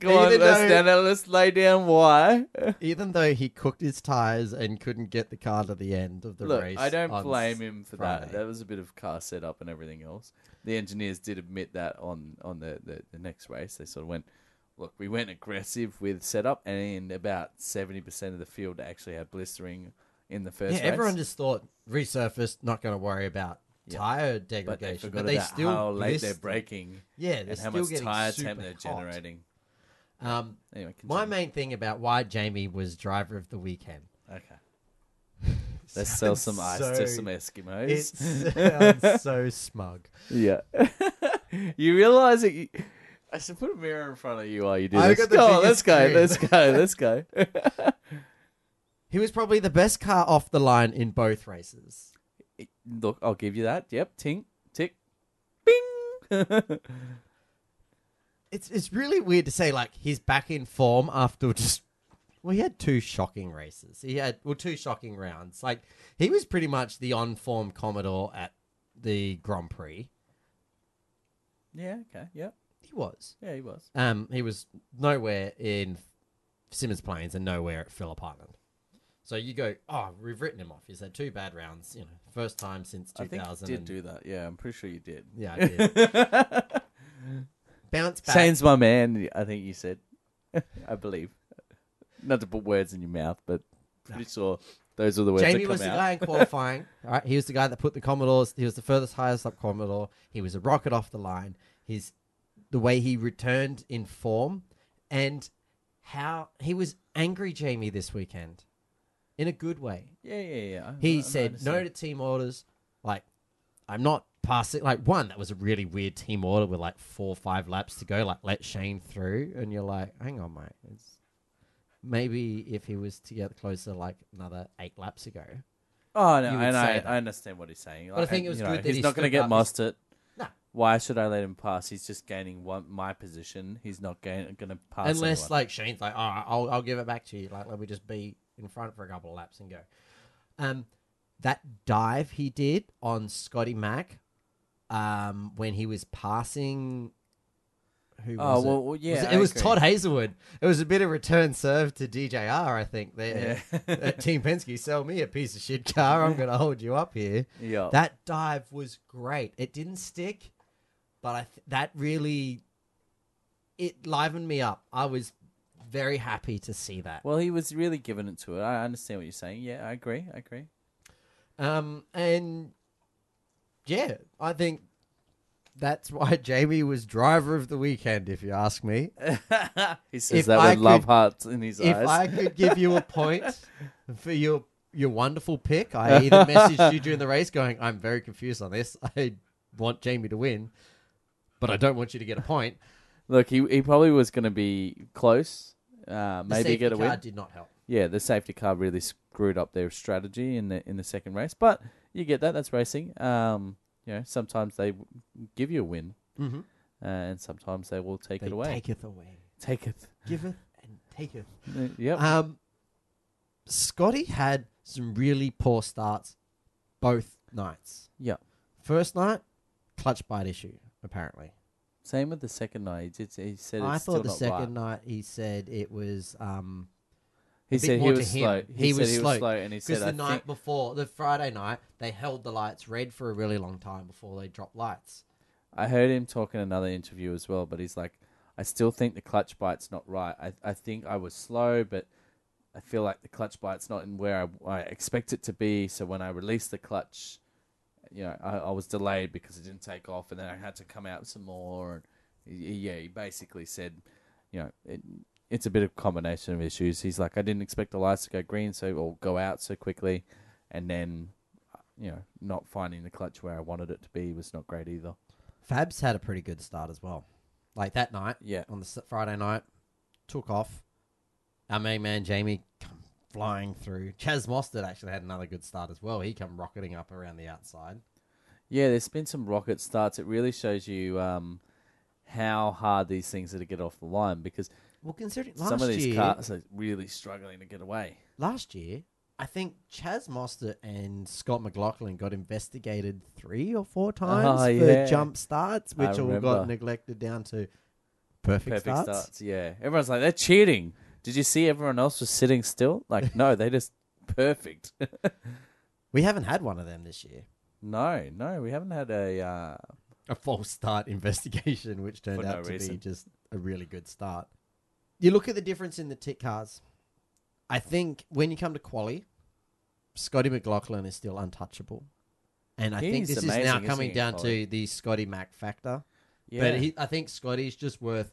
Go on, Even let's, though- stand out, let's lay down why. Even though he cooked his tires and couldn't get the car to the end of the Look, race, I don't on blame him for that. Friday. That was a bit of car setup and everything else. The engineers did admit that on on the, the, the next race. They sort of went, look, we went aggressive with setup, and about seventy percent of the field actually had blistering in the first. yeah, race. everyone just thought resurfaced, not going to worry about Yeah. tire but they degradation, forgot but they, about still how late they're list- breaking Yeah, they're and how still much getting tire super temp they're hot. generating. Um, Anyway, my continue. main thing about why Jamie was driver of the weekend. Okay. Let's *laughs* sell some ice Sounds to so- some Eskimos. It *laughs* sounds so smug. yeah. *laughs* you realize that you. I should put a mirror in front of you while you do I've this. got the Go on, let's biggest go, screen. *laughs* let's go, let's go. *laughs* He was probably the best car off the line in both races. Look, I'll give you that. Yep, tink, tick, bing. *laughs* It's it's really weird to say like he's back in form after just well he had two shocking races. He had well two shocking rounds. Like he was pretty much the on form Commodore at the Grand Prix. yeah, okay, yep. He was. Yeah, he was. Um, he was nowhere in Simmons Plains and nowhere at Phillip Island. So you go, oh, we've written him off. He's had two bad rounds, you know, first time since I 2000. think you did and- do that. Yeah, I'm pretty sure you did. Yeah, I did. *laughs* Bounce back. Shane's my man, I think you said. *laughs* I believe. Not to put words in your mouth, but pretty sure those are the words Jamie that was the come guy out. in *laughs* qualifying. all right, he was the guy that put the Commodores. He was the furthest highest up Commodore. He was a rocket off the line. His the way he returned in form, and how he was angry, Jamie, this weekend, in a good way. Yeah, yeah, yeah. I- He I said noticed that. no to team orders. Like, I'm not passing. Like, one, that was a really weird team order with like four or five laps to go. Like, let Shane through. And you're like, hang on, mate. It's, maybe if he was to get closer, like another eight laps ago. Oh no, you would and say I, that. I understand what he's saying. But I think it was you know, good that he's he not going to stood get up. Mostert. No. Why should I let him pass? He's just gaining one my position. He's not going to pass. Unless, anyone. like, Shane's like, all right, I'll, I'll give it back to you. Like, let me just be in front for a couple of laps and go. Um, that dive he did on Scotty Mack um, when he was passing. Who oh was it? well, well, yeah, Was it, I it was agree. Todd Hazelwood. It was a bit of return serve to DJR, I think. There, Yeah. at Team *laughs* Penske, sell me a piece of shit car. I'm going to hold you up here. yeah, That dive was great. It didn't stick, but I th- that really it livened me up. I was very happy to see that. Well, he was really giving it to it. I understand what you're saying. Yeah, I agree. I agree. Um, and yeah, I think that's why *laughs* Jamie was driver of the weekend, if you ask me. he says If that I with love could- hearts in his if eyes. I could give you a *laughs* point for your your wonderful pick, I either messaged you during the race going, "I'm very confused on this. I want Jamie to win, but I don't want you to get a point." Look, he he probably was going to be close. Uh, The maybe safety get a car win. did not help. Yeah, the safety car really screwed up their strategy in the in the second race, but you get that. That's racing. Um, you know, sometimes they w- give you a win, Mm-hmm. uh, and sometimes they will take They it away. taketh away, Take, it. giveth and taketh. Uh, Yep. Um, Scotty had some really poor starts both nights. Yeah. First night, clutch bite issue apparently. Same with the second night. It's, he said it's I still thought the not second right. night he said it was um. He a bit said he more to was him. slow. He said was he was slow, slow, and he said Because I the night think before, the Friday night, they held the lights red for a really long time before they dropped lights. I heard him talk in another interview as well, but he's like, I still think the clutch bite's not right. I, I think I was slow, but I feel like the clutch bite's not in where I, I expect it to be. So when I released the clutch, you know, I, I was delayed because it didn't take off, and then I had to come out some more. And he- he- yeah, he basically said, you know, it, it's a bit of combination of issues. He's like, I didn't expect the lights to go green, so or go out so quickly, and then, you know, not finding the clutch where I wanted it to be was not great either. Fabs had a pretty good start as well. Like that night Yeah. on the s- Friday night, took off. Our main man Jamie come flying through. *laughs* Chaz Mostert actually had another good start as well. He come rocketing up around the outside. Yeah, there's been some rocket starts. It really shows you um, how hard these things are to get off the line because Well, considering last some of these year, cars are really struggling to get away. last year, I think Chaz Mostert and Scott McLaughlin got investigated three or four times Oh, for yeah. jump starts, which all remember. got neglected down to perfect, Perfect starts. starts. yeah. Everyone's like, they're cheating. Did you see everyone else was sitting still? Like, no, they just *laughs* perfect. We haven't had one of them this year. no, no, we haven't had a. Uh, A false start *laughs* investigation, which turned For no out to be reason. just a really good start. You look at the difference in the tick cars. I think when you come to quali, Scotty McLaughlin is still untouchable. And I He think is this is amazing, now isn't coming he, down Colin? to the Scotty Mac factor. Yeah. But he, I think Scotty's just worth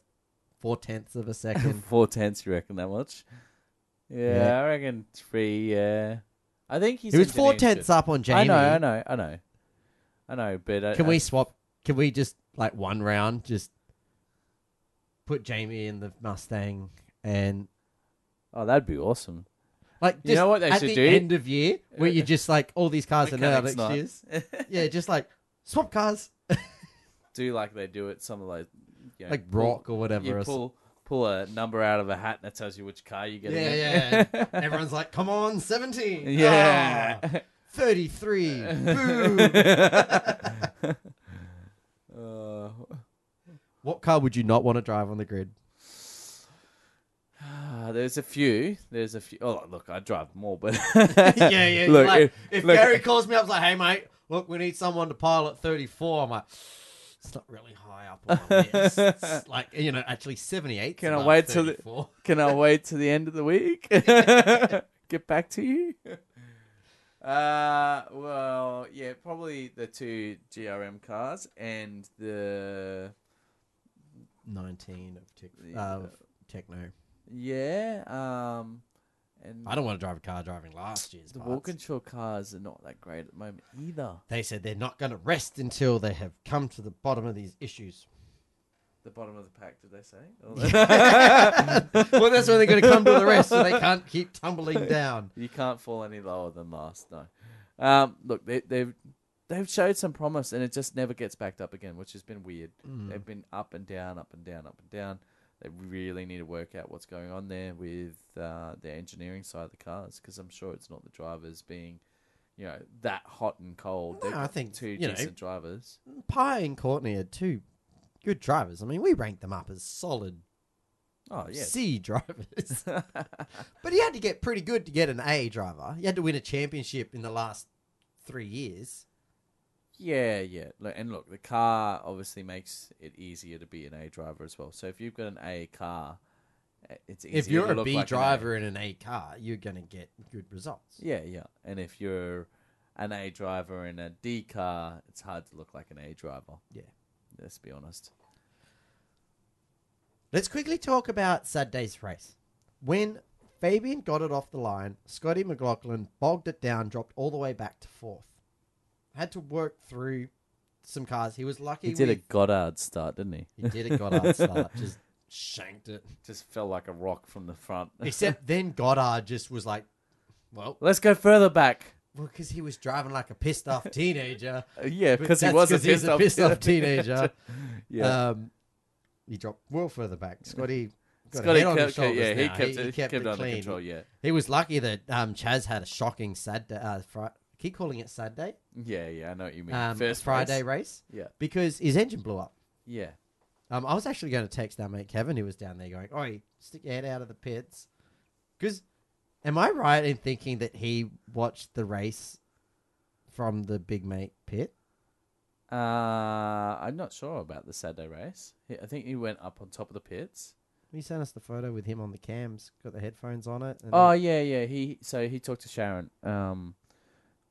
four tenths of a second. *laughs* Four tenths, you reckon that much? Yeah, Yeah. I reckon three. Yeah, I think *laughs* he's. he was engineered four good. tenths up on Jamie. I know, I know, I know, I know. But I, Can I- we swap? Can we just like one round? Just put Jamie in the Mustang and Oh, that'd be awesome. like just You know what they at should the do? Uh, end of year where you just like all these cars are now Mechanic's next not. year's. Yeah, just like swap *laughs* cars do like they do at some of those, you know, like Brock or pull- whatever. You or so- pull pull a number out of a hat and that tells you which car you get. yeah, yeah. *laughs* in. Everyone's like, come on, seventeen. *laughs* yeah. Ah, *laughs* Thirty-three. Boom. Ah. Uh, what car would you not want to drive on the grid? ah, there's a few. There's a few. Oh, look, I drive more, *laughs* but *laughs* yeah, yeah. Look, like, if- if, look- Gary calls me up, he's like, "Hey, mate, look, we need someone to pilot 34." I'm like, "It's not really high up on my list." *laughs* It's like, you know, actually 78. 's Can I above wait till the- 34. Can I wait to the end of the *laughs* week? Get back to you. Uh, well, yeah, probably the two GRM cars and the 19 of, tech, Yeah. of techno. yeah, um, and I don't want to drive a car driving last year's. the parts. Walkinshaw cars are not that great at the moment either. They said they're not going to rest until they have come to the bottom of these *laughs* issues. The bottom of the pack, did they say? well, that's when they're going to come to the rest, so they can't keep *laughs* tumbling down. *laughs* You can't fall any lower than last. No. Um, look, they, they've they've showed some promise, and it just never gets backed up again, which has been weird. Mm. They've been up and down, up and down, up and down. They really need to work out what's going on there with uh, the engineering side of the cars, because I'm sure it's not the drivers being, you know, that hot and cold. No, They've I got think, two you know, decent drivers. Pye and Courtney are two good drivers. I mean, we ranked them up as solid Oh yeah, C drivers. *laughs* but he had to get pretty good to get an A driver. He had to win a championship in the last three years. Yeah, yeah. Look, and look, the car obviously makes it easier to be an A driver as well. So if you've got an A car, eh, it's easier if you're to a look B like an A. driver in an A car, you're going to get good results. Yeah, yeah. And if you're an A driver in a D car, it's hard to look like an A driver. Yeah. Let's be honest. Let's quickly talk about Saturday's race. When Fabian got it off the line, Scotty McLaughlin bogged it down, dropped all the way back to fourth. Had to work through some cars. He was lucky. He, did a with- Goddard start, didn't he? He did a *laughs* Goddard start, just shanked it. Just fell like a rock from the front. Except then Goddard just was like, well, *laughs* Let's go further back. well, because he was driving like a pissed off teenager. Uh, yeah, *laughs* But because he that's was a 'cause he's pissed off teenager. *laughs* yeah. um, he dropped well further back. Scotty. Got Scotty a head on his kept, shoulders yeah, he now. kept, it, he kept it under clean. control, yeah. He was lucky that um, Chaz had a shocking Saturday. Uh, fri- keep calling it Saturday. Mm, Yeah, yeah, I know what you mean. Um, First Friday race. race. Yeah. Because his engine blew up. Yeah. Um, I was actually going to text our mate Kevin, who was down there going, "Oi, stick your head out of the pits," because am I right in thinking that he watched the race from the big mate pit? Uh, I'm not sure about the Saturday race. He- I think he went up on top of the pits. He sent us the photo with him on the cams, got the headphones on it. And Oh yeah, yeah. He so he talked to Sharon um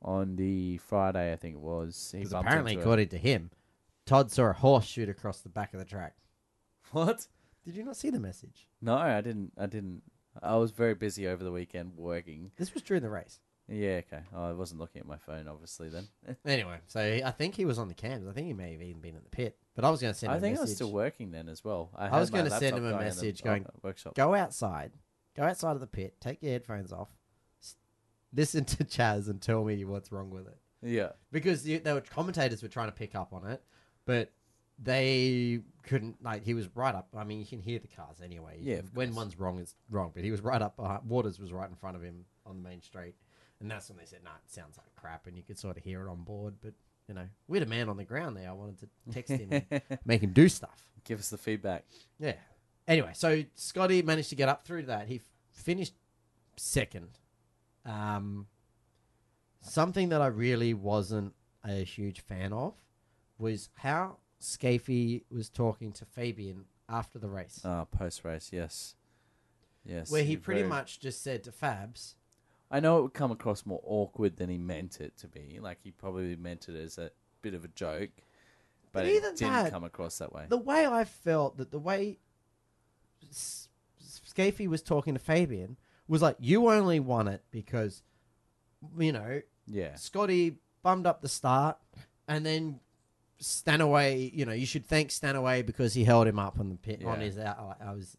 on the Friday, I think it was. He 'cause bumped apparently, *laughs* into her. according to him, Todd saw a horse shoot across the back of the track. What? Did you not see the message? No, I didn't. I didn't. I was very busy over the weekend working. This was during the race. Yeah, okay. Oh, I wasn't looking at my phone, obviously. Then Anyway, so he- I think he was on the cams. I think he may have even been in the pit. But I was going to send. I him a think I was message. still working then as well. I, was going gonna to send him a message going, workshop. go outside, go outside of the pit, take your headphones off, s- listen to Chaz and tell me what's wrong with it. Yeah, Because the, the commentators were trying to pick up on it, but they couldn't. Like he was right up. I mean, you can hear the cars anyway. You Yeah, can- of when course. one's wrong, it's wrong. But he was right up behind. Waters was right in front of him on the main street, and that's when they said, "No, it sounds like crap." And you could sort of hear it on board, but. You know, we had a man on the ground there. I wanted to text him, *laughs* and make him do stuff. give us the feedback. Yeah. Anyway, so Scotty managed to get up through that. He f- finished second. Um, something that I really wasn't a huge fan of was how Scafey was talking to Fabian after the Oh, race, Ah, post race, yes, yes. where he you're pretty very- much just said to Fabs, I know it would come across more awkward than he meant it to be. Like he probably meant it as a bit of a joke, but, But it even didn't that- come across that way. The way I felt that the way S- Scafie was talking to Fabian was like, you only won it because, you know, yeah, Scotty bummed up the start, and then Stanaway. You know, you should thank Stanaway because he held him up on the pit on Yeah. his out. I was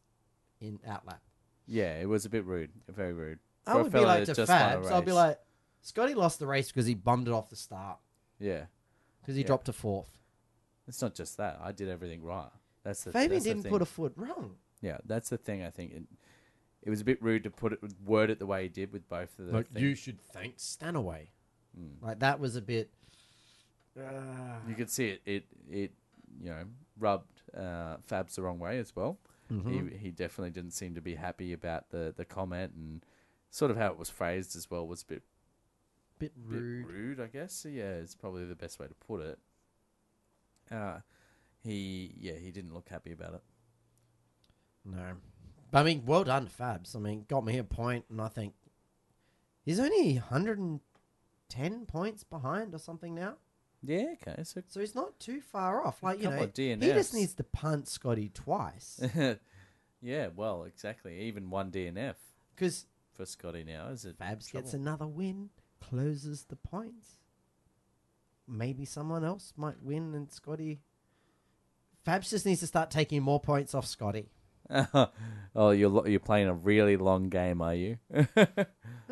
in outlap. yeah, it was a bit rude, very rude. I For a would be fella like to that just won a Fabs. I'll be race. like, Scotty lost the race because he bummed it off the start Yeah, because he Yeah. dropped to fourth. it's not just that. I did everything right. That's the Fabian that's the didn't thing. put a foot wrong. Yeah, that's the thing. I think it, it was a bit rude to put it word it the way he did with both of the Like things. you should thank Stanaway. Mm. Like that was a bit. You could see it. It it you know rubbed uh, Fabs the wrong way as well. Mm-hmm. He he definitely didn't seem to be happy about the the comment and sort of how it was phrased as well was a bit bit bit rude. rude, I guess. So, Yeah, it's probably the best way to put it. Uh, he yeah he didn't look happy about it. No. But I mean, well done, Fabs. I mean, got me a point, and I think he's only 110 points behind or something now. Yeah, okay, so So he's not too far off. Like, you Couple know, of he DNFs. just needs to punt Scotty twice. *laughs* yeah, well, exactly. Even one DNF Because for Scotty now is it? Fabs gets trouble. another win, closes the points. Maybe someone else might win, and Scotty. Fabs just needs to start taking more points off Scotty. *laughs* oh, you're lo- you're playing a really long game, are you? *laughs*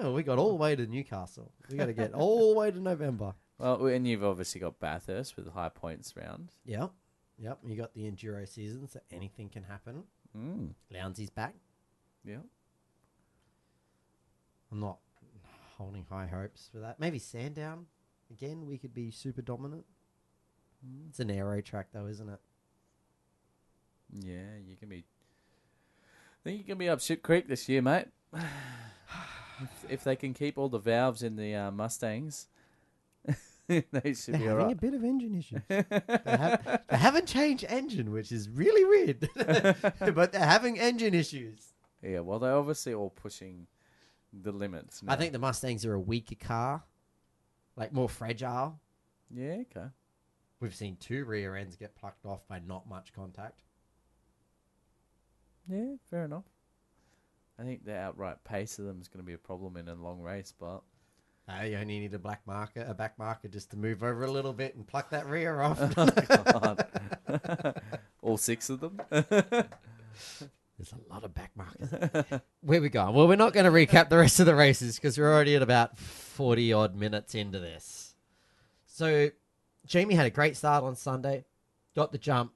Oh, we got all the way to Newcastle. We got to *laughs* get all the way to November. well, and you've obviously got Bathurst with the high points round. Yep. Yep. You got the enduro season, so anything can happen. Hmm. Mm. Lounsey's back. Yeah, I'm not holding high hopes for that. Maybe Sandown. Again, we could be super dominant. It's an aero track, though, isn't it? yeah, you can be. I think you can be up shit creek this year, mate. *sighs* if, if they can keep all the valves in the uh, Mustangs, *laughs* they should They're be having a alright. bit of engine issues. *laughs* they, have, they haven't changed engine, which is really weird. *laughs* but they're having engine issues. *laughs* Yeah, well, they're obviously all pushing the limits. Now. I think the Mustangs are a weaker car, like more fragile. Yeah. Okay. We've seen two rear ends get plucked off by not much contact. Yeah, fair enough. I think the outright pace of them is going to be a problem in a long race, but *laughs* Uh, you only need a black marker, a back marker, just to move over a little bit and pluck that rear *laughs* off. God. *laughs* all six of them. *laughs* There's a lot of back markers. Where we going? Well, we're not going to recap the rest of the races because we're already at about forty odd minutes into this. So, Jamie had a great start on Sunday, got the jump,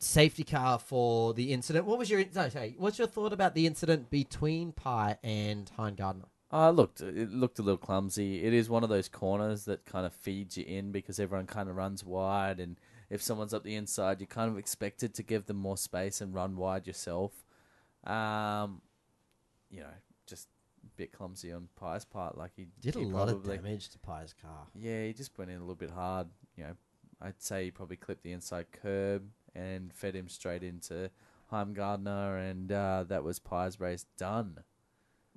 safety car for the incident. What was your no, sorry, what's your thought about the incident between Pye and Hein Gardner? Uh, it looked it looked a little clumsy. It is one of those corners that kind of feeds you in because everyone kind of runs wide, and if someone's up the inside, you're kind of expected to give them more space and run wide yourself. Um, you know, just a bit clumsy on Pye's part. Like he Did a he lot of probably- damage to Pye's car. Yeah, he just went in a little bit hard. You know, I'd say he probably clipped the inside curb and fed him straight into Heimgardner, and uh, that was Pye's race done.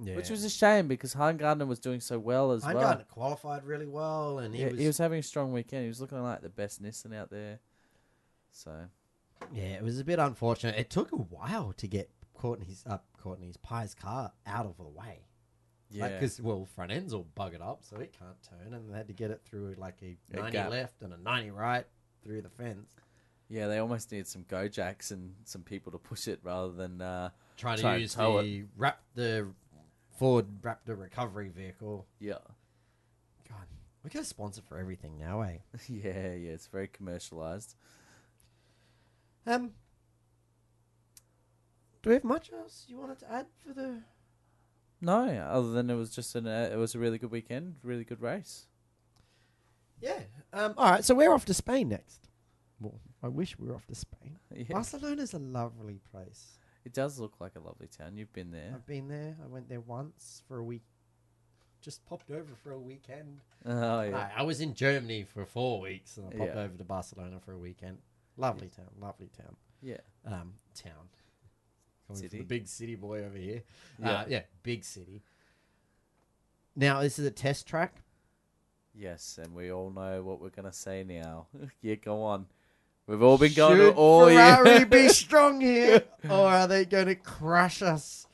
Yeah. Which was a shame because Heimgardner was doing so well as Hein well. Gardner qualified really well, and he yeah, was having a strong weekend. He was looking like the best Nissan out there. So Yeah, it was a bit unfortunate. It took a while to get Courtney's up Courtney's Pie's car out of the way. yeah, because well, front ends all buggered up, so it can't turn, and they had to get it through like a A ninety gap. left and a ninety right through the fence, yeah, they almost need some Gojacks and some people to push it rather than uh, trying to Try and use tow the wrap the Ford Raptor recovery vehicle. yeah, *laughs* God, we get a sponsor for everything now, eh? yeah, yeah. It's very commercialized. Um, do we have much else you wanted to add for the? No, other than it was just an uh, it was a really good weekend, really good race. *laughs* Yeah. Um. All right. So we're off to Spain next. Well, I wish we were off to Spain. *laughs* Yeah. Barcelona's a lovely place. It does look like a lovely town. You've been there. I've been there. I went there once for a week. Just popped over for a weekend. *laughs* Oh yeah, I, I was in Germany for four weeks, and I popped Yeah. over to Barcelona for a weekend. Lovely town. Lovely town. yeah, Um, town. Coming from City. the big city boy over here. yeah. Uh, yeah, big city. Now this is a test track. Yes, and we all know what we're gonna say now. *laughs* yeah, go on. We've all been going to all Ferrari year. *laughs* be strong here, or are they going to crush us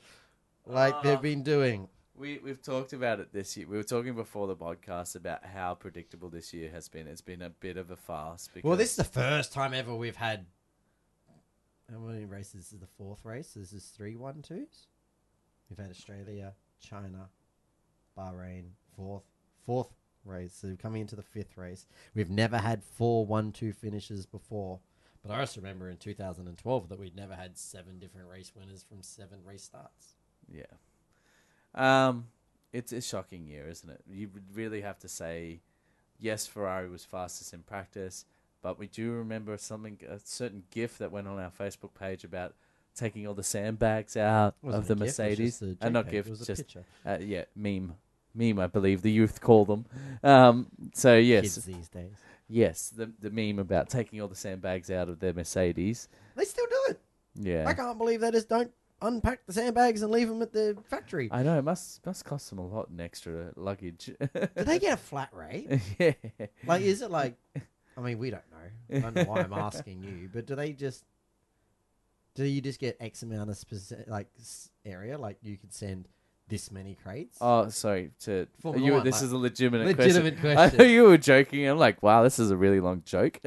like Ah. they've been doing? we we've talked about it this year. We were talking before the podcast about how predictable this year has been. It's been a bit of a farce. Because Well, this is the first time ever we've had. How many races? This is the fourth race. This is three one twos. We've had Australia, China, Bahrain, fourth, fourth race. So coming into the fifth race, we've never had four one two finishes before. But I also remember in 2012 that we'd never had seven different race winners from seven race starts. Yeah. Um, it's a shocking year, isn't it? You would really have to say, yes, Ferrari was fastest in practice, but we do remember something, a certain GIF that went on our Facebook page about taking all the sandbags out of the Mercedes, and not GIF, just uh, yeah, meme, meme, I believe the youth call them. Um, so yes, kids these days. yes, the the meme about taking all the sandbags out of their Mercedes. They still do it. Yeah, I can't believe they just don't unpack the sandbags and leave them at the factory. I know it must must cost them a lot in extra luggage. *laughs* Do they get a flat rate? yeah. Like, is it like? I mean, we don't know. I don't know why I'm asking you, but do they just? Do you just get X amount of specific like s- area? Like you could send this many crates. Oh, sorry. To Formula you, One, this like- is a legitimate, Legitimate question. *laughs* I question. thought you were joking. I'm like, wow, this is a really long joke. *laughs*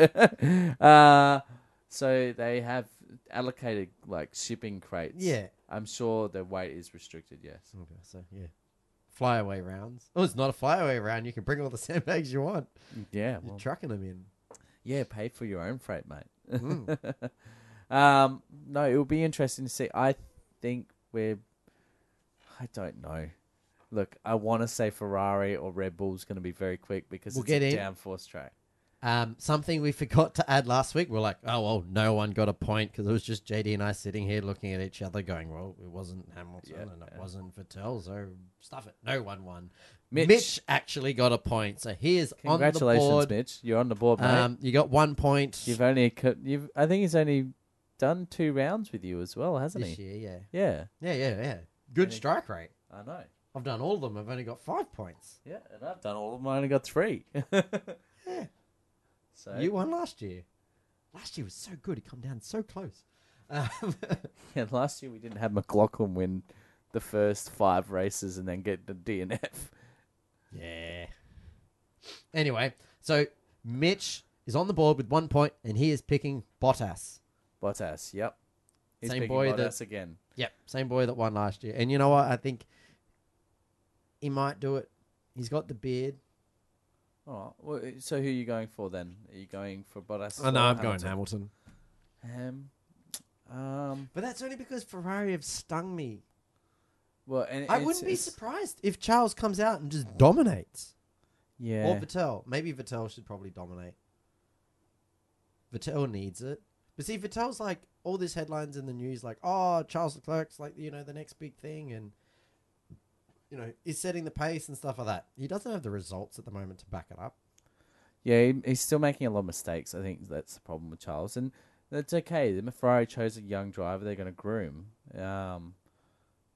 uh, so they have allocated like shipping crates. yeah. I'm sure the weight is restricted. Yes. Okay, so yeah, flyaway rounds. Oh, it's not a flyaway round. You can bring all the *laughs* sandbags you want. Yeah. You're Well, trucking them in. yeah. Pay for your own freight, mate. Mm. *laughs* um, no, it will be interesting to see. I think we're. I don't know. Look, I want to say Ferrari or Red Bull's going to be very quick because We'll it's get a in. downforce track. Um, something we *laughs* forgot to add last week. We're like, oh well, no one got a point because it was just JD and I sitting here looking at each other, going, well, it wasn't Hamilton Yeah, and it yeah. wasn't Vettel, so stuff it. No one won. Mitch. Mitch, actually got a point, so he is on the Congratulations, board. Mitch. You're on the board, mate. Um, you got one point you've only co- you've I think he's only done two rounds with you as well, hasn't this he? year. Yeah. Yeah, yeah, yeah, yeah. Good Yeah. strike rate. I know. I've done all of them. I've only got five points. Yeah, and I've done all of them. I only got three. *laughs* So You won last year. Last year was so good. He come down so close. Um, *laughs* yeah, last year we didn't have McLaughlin win the first five races and then get the DNF. *laughs* Yeah. Anyway, so Mitch is on the board with one point, and he is picking Bottas. Bottas, yep. He's Same picking boy Bottas that- again. Yep, same boy that won last year. And you know what? I think he might do it. He's got the beard. Oh, well, so who are you going for then? Are you going for Bottas? Oh or no, I'm going Hamilton? Hamilton. Ham. Um. But that's only because Ferrari have stung me. Well, and I it's- wouldn't be it's- surprised if Charles comes out and just dominates. Yeah. Or Vettel. Maybe Vettel should probably dominate. Vettel needs it. But see, Vettel's like all these headlines in the news, like, oh, Charles Leclerc's like, you know, the next big thing and, you know, is setting the pace and stuff like that. He doesn't have the results at the moment to back it up. Yeah, he, he's still making a lot of mistakes. I think that's the problem with Charles, and that's okay. The Ferrari chose a young driver; they're going to groom. Um,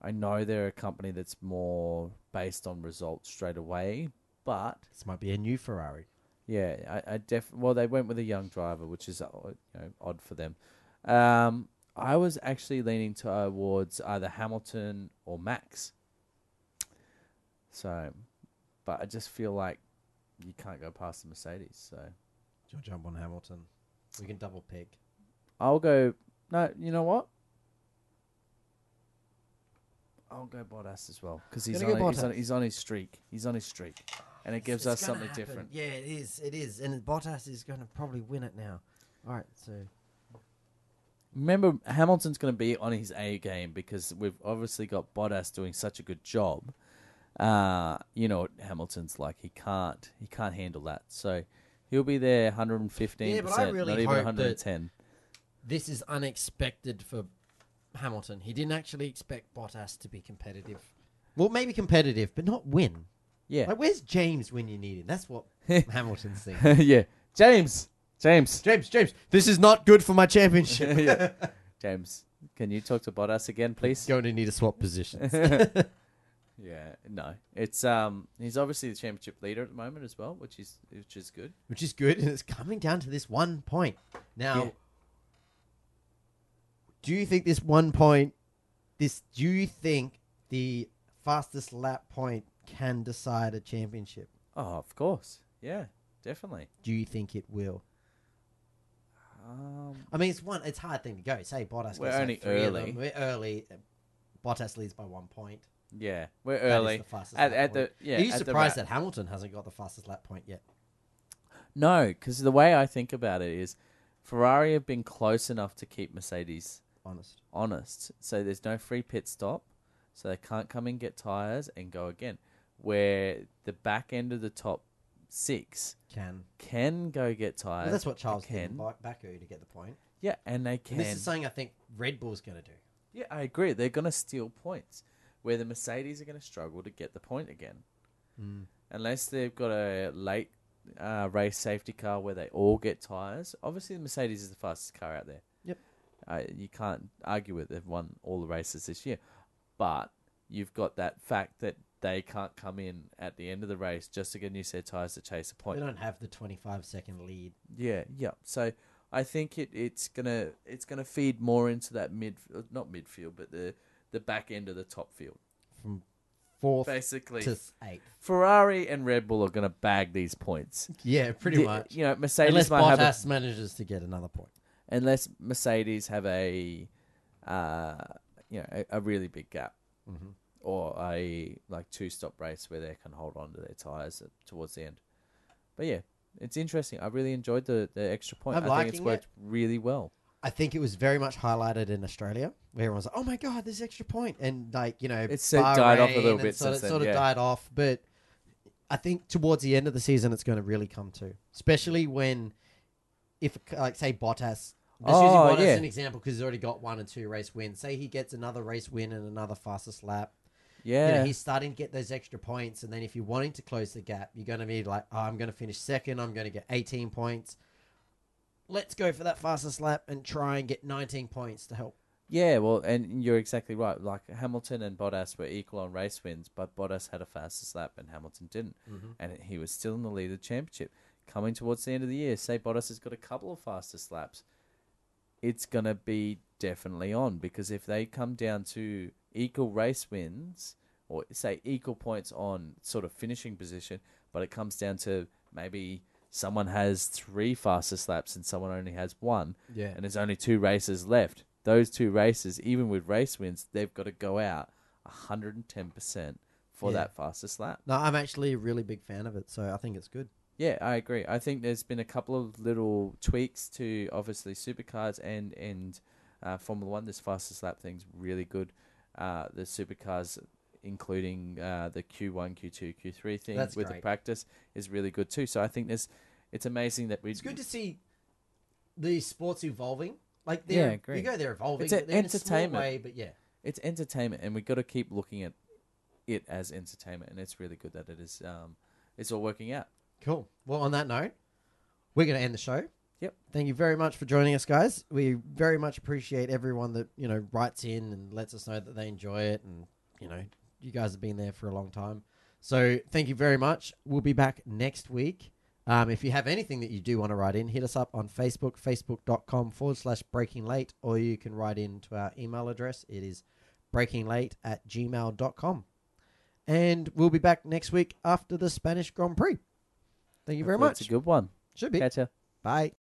I know they're a company that's more based on results straight away, but This might be a new Ferrari. yeah, I, I def well they went with a young driver, which is uh, you know odd for them. Um, I was actually leaning towards either Hamilton or Max. So, but I just feel like you can't go past the Mercedes. So. Do you jump on Hamilton? We can double pick. I'll go. No, you know what? I'll go Bottas as well because he's, Gonna on go it- he's on Bottas. he's on his streak. He's on his streak, and it gives us something different. Yeah, it is. It is. And Bottas is going to probably win it now. All right, so. Remember, Hamilton's going to be on his A game because we've obviously got Bottas doing such a good job. Uh, you know, what Hamilton's like he can't he can't handle that, so he'll be there 115. Yeah, but I really not even hope that- 110. this is unexpected for Hamilton. He didn't actually expect Bottas to be competitive. Well, maybe competitive, but not win. Yeah, Like, where's James when you need him? That's *laughs* what Hamilton's thinking. yeah. James, James, James, James, this is not good for my *laughs* championship. yeah. James, can you talk to Bottas again, please? *laughs* Going to need to swap positions. Yeah, no, it's um, he's obviously the championship leader at the moment as well, which is which is good. which is good, and it's coming down to this one point. Now, Yeah. do you think this one point, this do you think the fastest lap point can decide a championship? Oh, of course, yeah, definitely. Do you think it will? Um, I mean, it's one. It's a hard thing to go. Say Bottas. We're goes only like three of early. them. We're early. Bottas leads by one point. yeah, we're That is early the fastest at, lap at the point. yeah. Are you at the surprised ra- that Hamilton hasn't got the fastest lap point yet? No, because the way I think about it is, Ferrari have been close enough to keep Mercedes Honest. honest. So there's no free pit stop, so they can't come in get tires and go again. Where the back end of the top six Can. can go get Well, tires. that's what Charles did in can. Ba- Baku to get the point. Yeah, and they can. And this is something I think Red Bull's going to do. Yeah, I agree. They're going to steal points where the Mercedes are going to struggle to get the point again. Mm. Unless they've got a late uh, race safety car where they all get tyres. Obviously, the Mercedes is the fastest car out there. Yep. Uh, you can't argue with it. They've won all the races this year. But you've got that fact that they can't come in at the end of the race just to get a new set of tyres to chase a point. They don't have the 25 second lead. Yeah, yeah. So I think it, it's gonna it's gonna feed more into that mid uh, not midfield, but the the back end of the top field. From fourth Basically, to eighth. Ferrari and Red Bull are gonna bag these points. Yeah, pretty The- much. You know, Mercedes Unless might have a- Bottas manages to get another point. unless Mercedes have a uh, you know a, a really big gap. Mhm. Or a like two stop race where they can hold on to their tires towards the end, but yeah, it's interesting. I really enjoyed the, the extra point. I'm I think liking it's it. worked really well. I think it was very much highlighted in Australia, where everyone's like, "Oh my god, this extra point!" And like you know, It's, uh, died off a Bahrain little and bit Sort of, since then, sort of yeah. died off, but I think towards the end of the season, it's going to really come to, especially when if like say Bottas. Let's Oh, use Bottas yeah. as an example because he's already got one and two race wins. Say he gets another race win and another fastest lap. Yeah, You know, he's starting to get those extra points, and then if you're wanting to close the gap, you're going to be like, oh, "I'm going to finish second. I'm going to get 18 points. Let's go for that fastest lap and try and get 19 points to help." Yeah, well, and you're exactly right. Like Hamilton and Bottas were equal on race wins, but Bottas had a fastest lap and Hamilton didn't, and he was still in the lead of the championship. Coming towards the end of the year, say Bottas has got a couple of fastest laps, it's gonna be definitely on because if they come down to equal race wins or say equal points on sort of finishing position, but it comes down to maybe someone has three fastest laps and someone only has one, Yeah. and there's only two races left. Those two races, even with race wins, they've got to go out 110% for Yeah. that fastest lap. No, I'm actually a really big fan of it, so I think it's good. Yeah, I agree. I think there's been a couple of little tweaks to obviously supercars and and uh, Formula One. This fastest lap thing's really good. Uh, the supercars, including uh, the Q1, Q2, Q3 thing That's with the great. practice, is really good too. So I think there's it's amazing that we It's good to see the sports evolving. Like Yeah, they're, agree. you go, they're evolving. It's a- but they're in a small entertainment. way, but yeah, it's entertainment, and we've got to keep looking at it as entertainment. And it's really good that it is. Um, it's all working out. cool. Well, on that note, we're going to end the show. Yep. Thank you very much for joining us, guys. We very much appreciate everyone that you know writes in and lets us know that they enjoy it, and you know, you guys have been there for a long time. So thank you very much. We'll be back next week. Um, if you have anything that you do want to write in, hit us up on Facebook, facebook.com forward slash breaking late, or you can write in to our email address. It is breakinglate at gmail.com. And we'll be back next week after the Spanish Grand Prix. Thank you very Hopefully It's much. a good one. Should be. Catch ya. Bye.